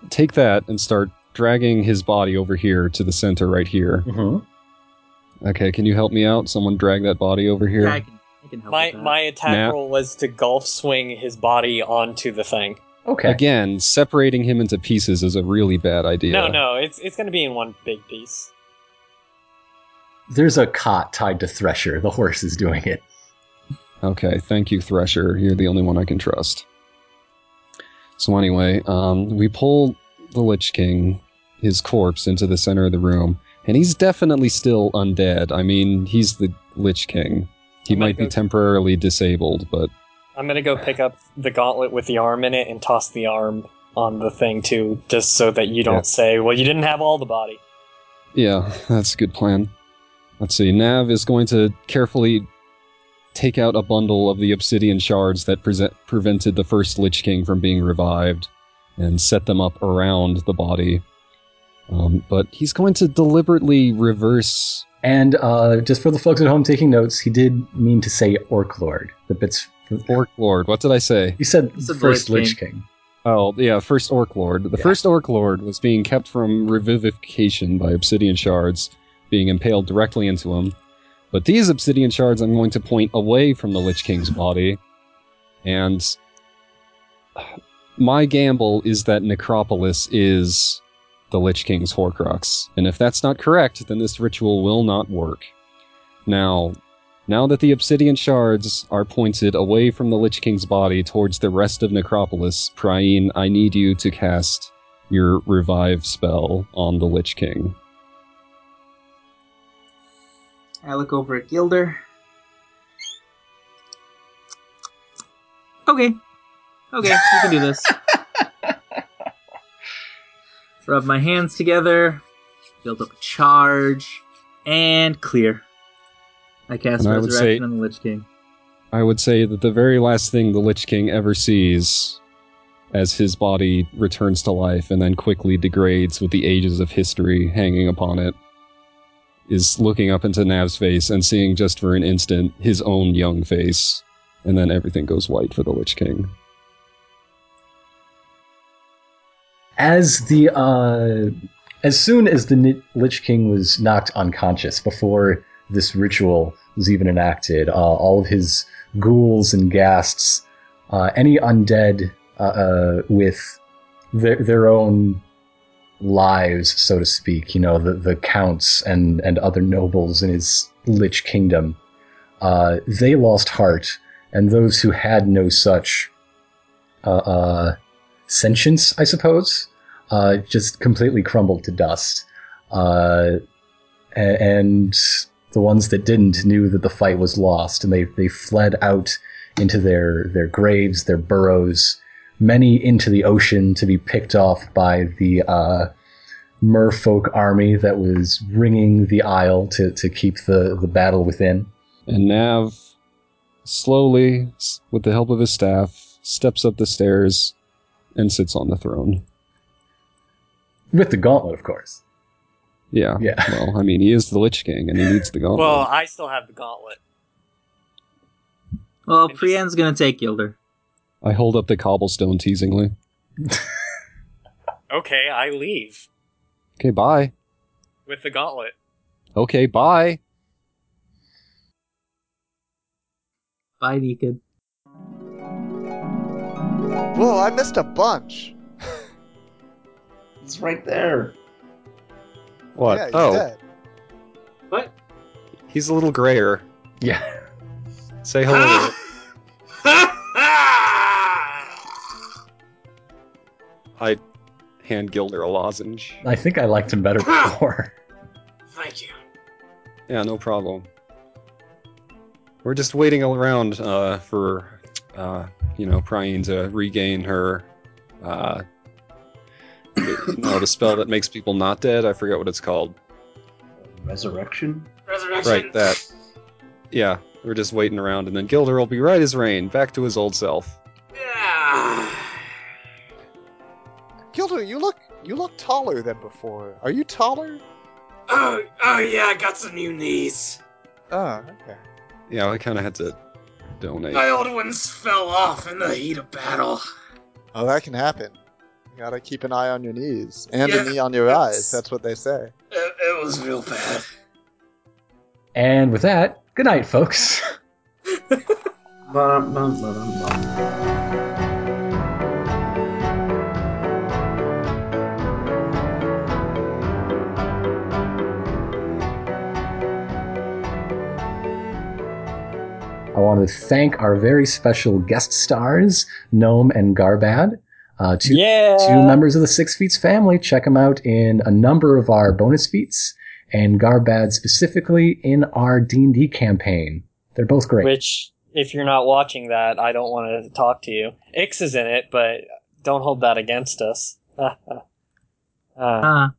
S2: take that and start dragging his body over here to the center right here.
S1: Mm-hmm.
S2: Okay, can you help me out? Someone drag that body over here.
S4: Yeah, I can, I can help.
S3: My
S4: with that.
S3: my attack
S2: Nat.
S3: roll was to golf swing his body onto the thing.
S1: Okay.
S2: Again, separating him into pieces is a really bad idea.
S3: No, no, it's it's going to be in one big piece.
S1: There's a cot tied to Thresher. The horse is doing it.
S2: Okay, thank you, Thresher. You're the only one I can trust. So anyway, um, we pull the Lich King, his corpse, into the center of the room, and he's definitely still undead. I mean, he's the Lich King. He
S3: I'm gonna
S2: might be
S3: go-
S2: temporarily disabled, but
S3: I'm going to go pick up the gauntlet with the arm in it and toss the arm on the thing too, just so that you don't
S2: Yeah.
S3: say, "Well, you didn't have all the body."
S2: yeah, that's a good plan. Let's see. Nav is going to carefully take out a bundle of the obsidian shards that present, prevented the first Lich King from being revived and set them up around the body. Um, but he's going to deliberately reverse.
S1: And uh, just for the folks at home taking notes, he did mean to say Orc Lord. The bits.
S2: Orc Lord. What did I say?
S1: He said
S4: He said
S1: first
S4: Lich
S1: Lich King.
S2: Oh, yeah, first Orc Lord. The
S1: Yeah.
S2: first Orc Lord was being kept from revivification by obsidian shards being impaled directly into him. But these obsidian shards I'm going to point away from the Lich King's body. And my gamble is that Necropolis is the Lich King's Horcrux. And if that's not correct, then this ritual will not work. Now, now that the obsidian shards are pointed away from the Lich King's body towards the rest of Necropolis, Priene, I need you to cast your revive spell on the Lich King.
S4: I look over at Gilder. Okay. Okay, you can do this. Rub my hands together, build up a charge, and clear. I cast
S2: And I would
S4: Resurrection
S2: say-
S4: on the Lich King.
S2: I would say that the very last thing the Lich King ever sees as his body returns to life and then quickly degrades with the ages of history hanging upon it is looking up into Nav's face and seeing just for an instant his own young face, and then everything goes white for the Lich King.
S1: as the uh, as soon as the Ni- Lich King was knocked unconscious before this ritual was even enacted, uh, all of his ghouls and ghasts, uh, any undead uh, uh, with their, their own lives, so to speak, you know, the, the counts and, and other nobles in his Lich Kingdom, uh, they lost heart, and those who had no such uh, uh, sentience, I suppose, uh, just completely crumbled to dust. Uh, a- and the ones that didn't knew that the fight was lost, and they, they fled out into their, their graves, their burrows, many into the ocean to be picked off by the uh, merfolk army that was ringing the isle to, to keep the, the battle within.
S2: And Nav, slowly, s- with the help of his staff, steps up the stairs and sits on the throne.
S1: With the gauntlet, of course.
S2: Yeah.
S1: Yeah.
S2: Well, I mean, he is the Lich King and he needs the gauntlet.
S3: Well, I still have the gauntlet.
S4: Well,
S3: Interesting.
S4: Priyan's gonna take Gilder.
S2: I hold up the cobblestone teasingly.
S3: Okay, I leave
S2: Okay, bye.
S3: with the gauntlet.
S2: Okay, bye.
S4: Bye, Deacon.
S6: Whoa, I missed a bunch.
S5: It's right there.
S7: What?
S6: Yeah, he's
S7: oh,
S6: dead.
S4: What?
S7: he's a little grayer.
S1: Yeah.
S7: Say hello. to it. I hand Gilder a lozenge.
S1: I think I liked him better before.
S5: Thank you.
S7: Yeah, no problem. We're just waiting around uh, for, uh, you know, Prying to regain her. Uh, you know, the spell that makes people not dead. I forget what it's called.
S5: Resurrection?
S7: Right, that. Yeah, we're just waiting around, and then Gilder will be right as rain, back to his old self.
S6: Gilder, you look you look taller than before. Are you taller?
S8: Oh, oh yeah, I got some new knees.
S6: Oh, okay.
S7: Yeah, I kind of had to donate.
S8: My old ones fell off in the heat of battle.
S6: Oh, that can happen. You gotta keep an eye on your knees and
S8: Yeah,
S6: a knee on your
S8: that's-
S6: eyes. That's what they say.
S8: It, it was real bad.
S1: And with that, good night, folks.
S5: Bum, bum, bum, bum.
S1: I want to thank our very special guest stars, Gnome and Garbad. Uh, two,
S3: yeah.
S1: two members of the Six Feats family. Check them out in a number of our bonus feats, and Garbad specifically in our D&D campaign. They're both great.
S3: Which, if you're not watching that, I don't want to talk to you. Ix is in it, but don't hold that against us. uh,
S4: Ah,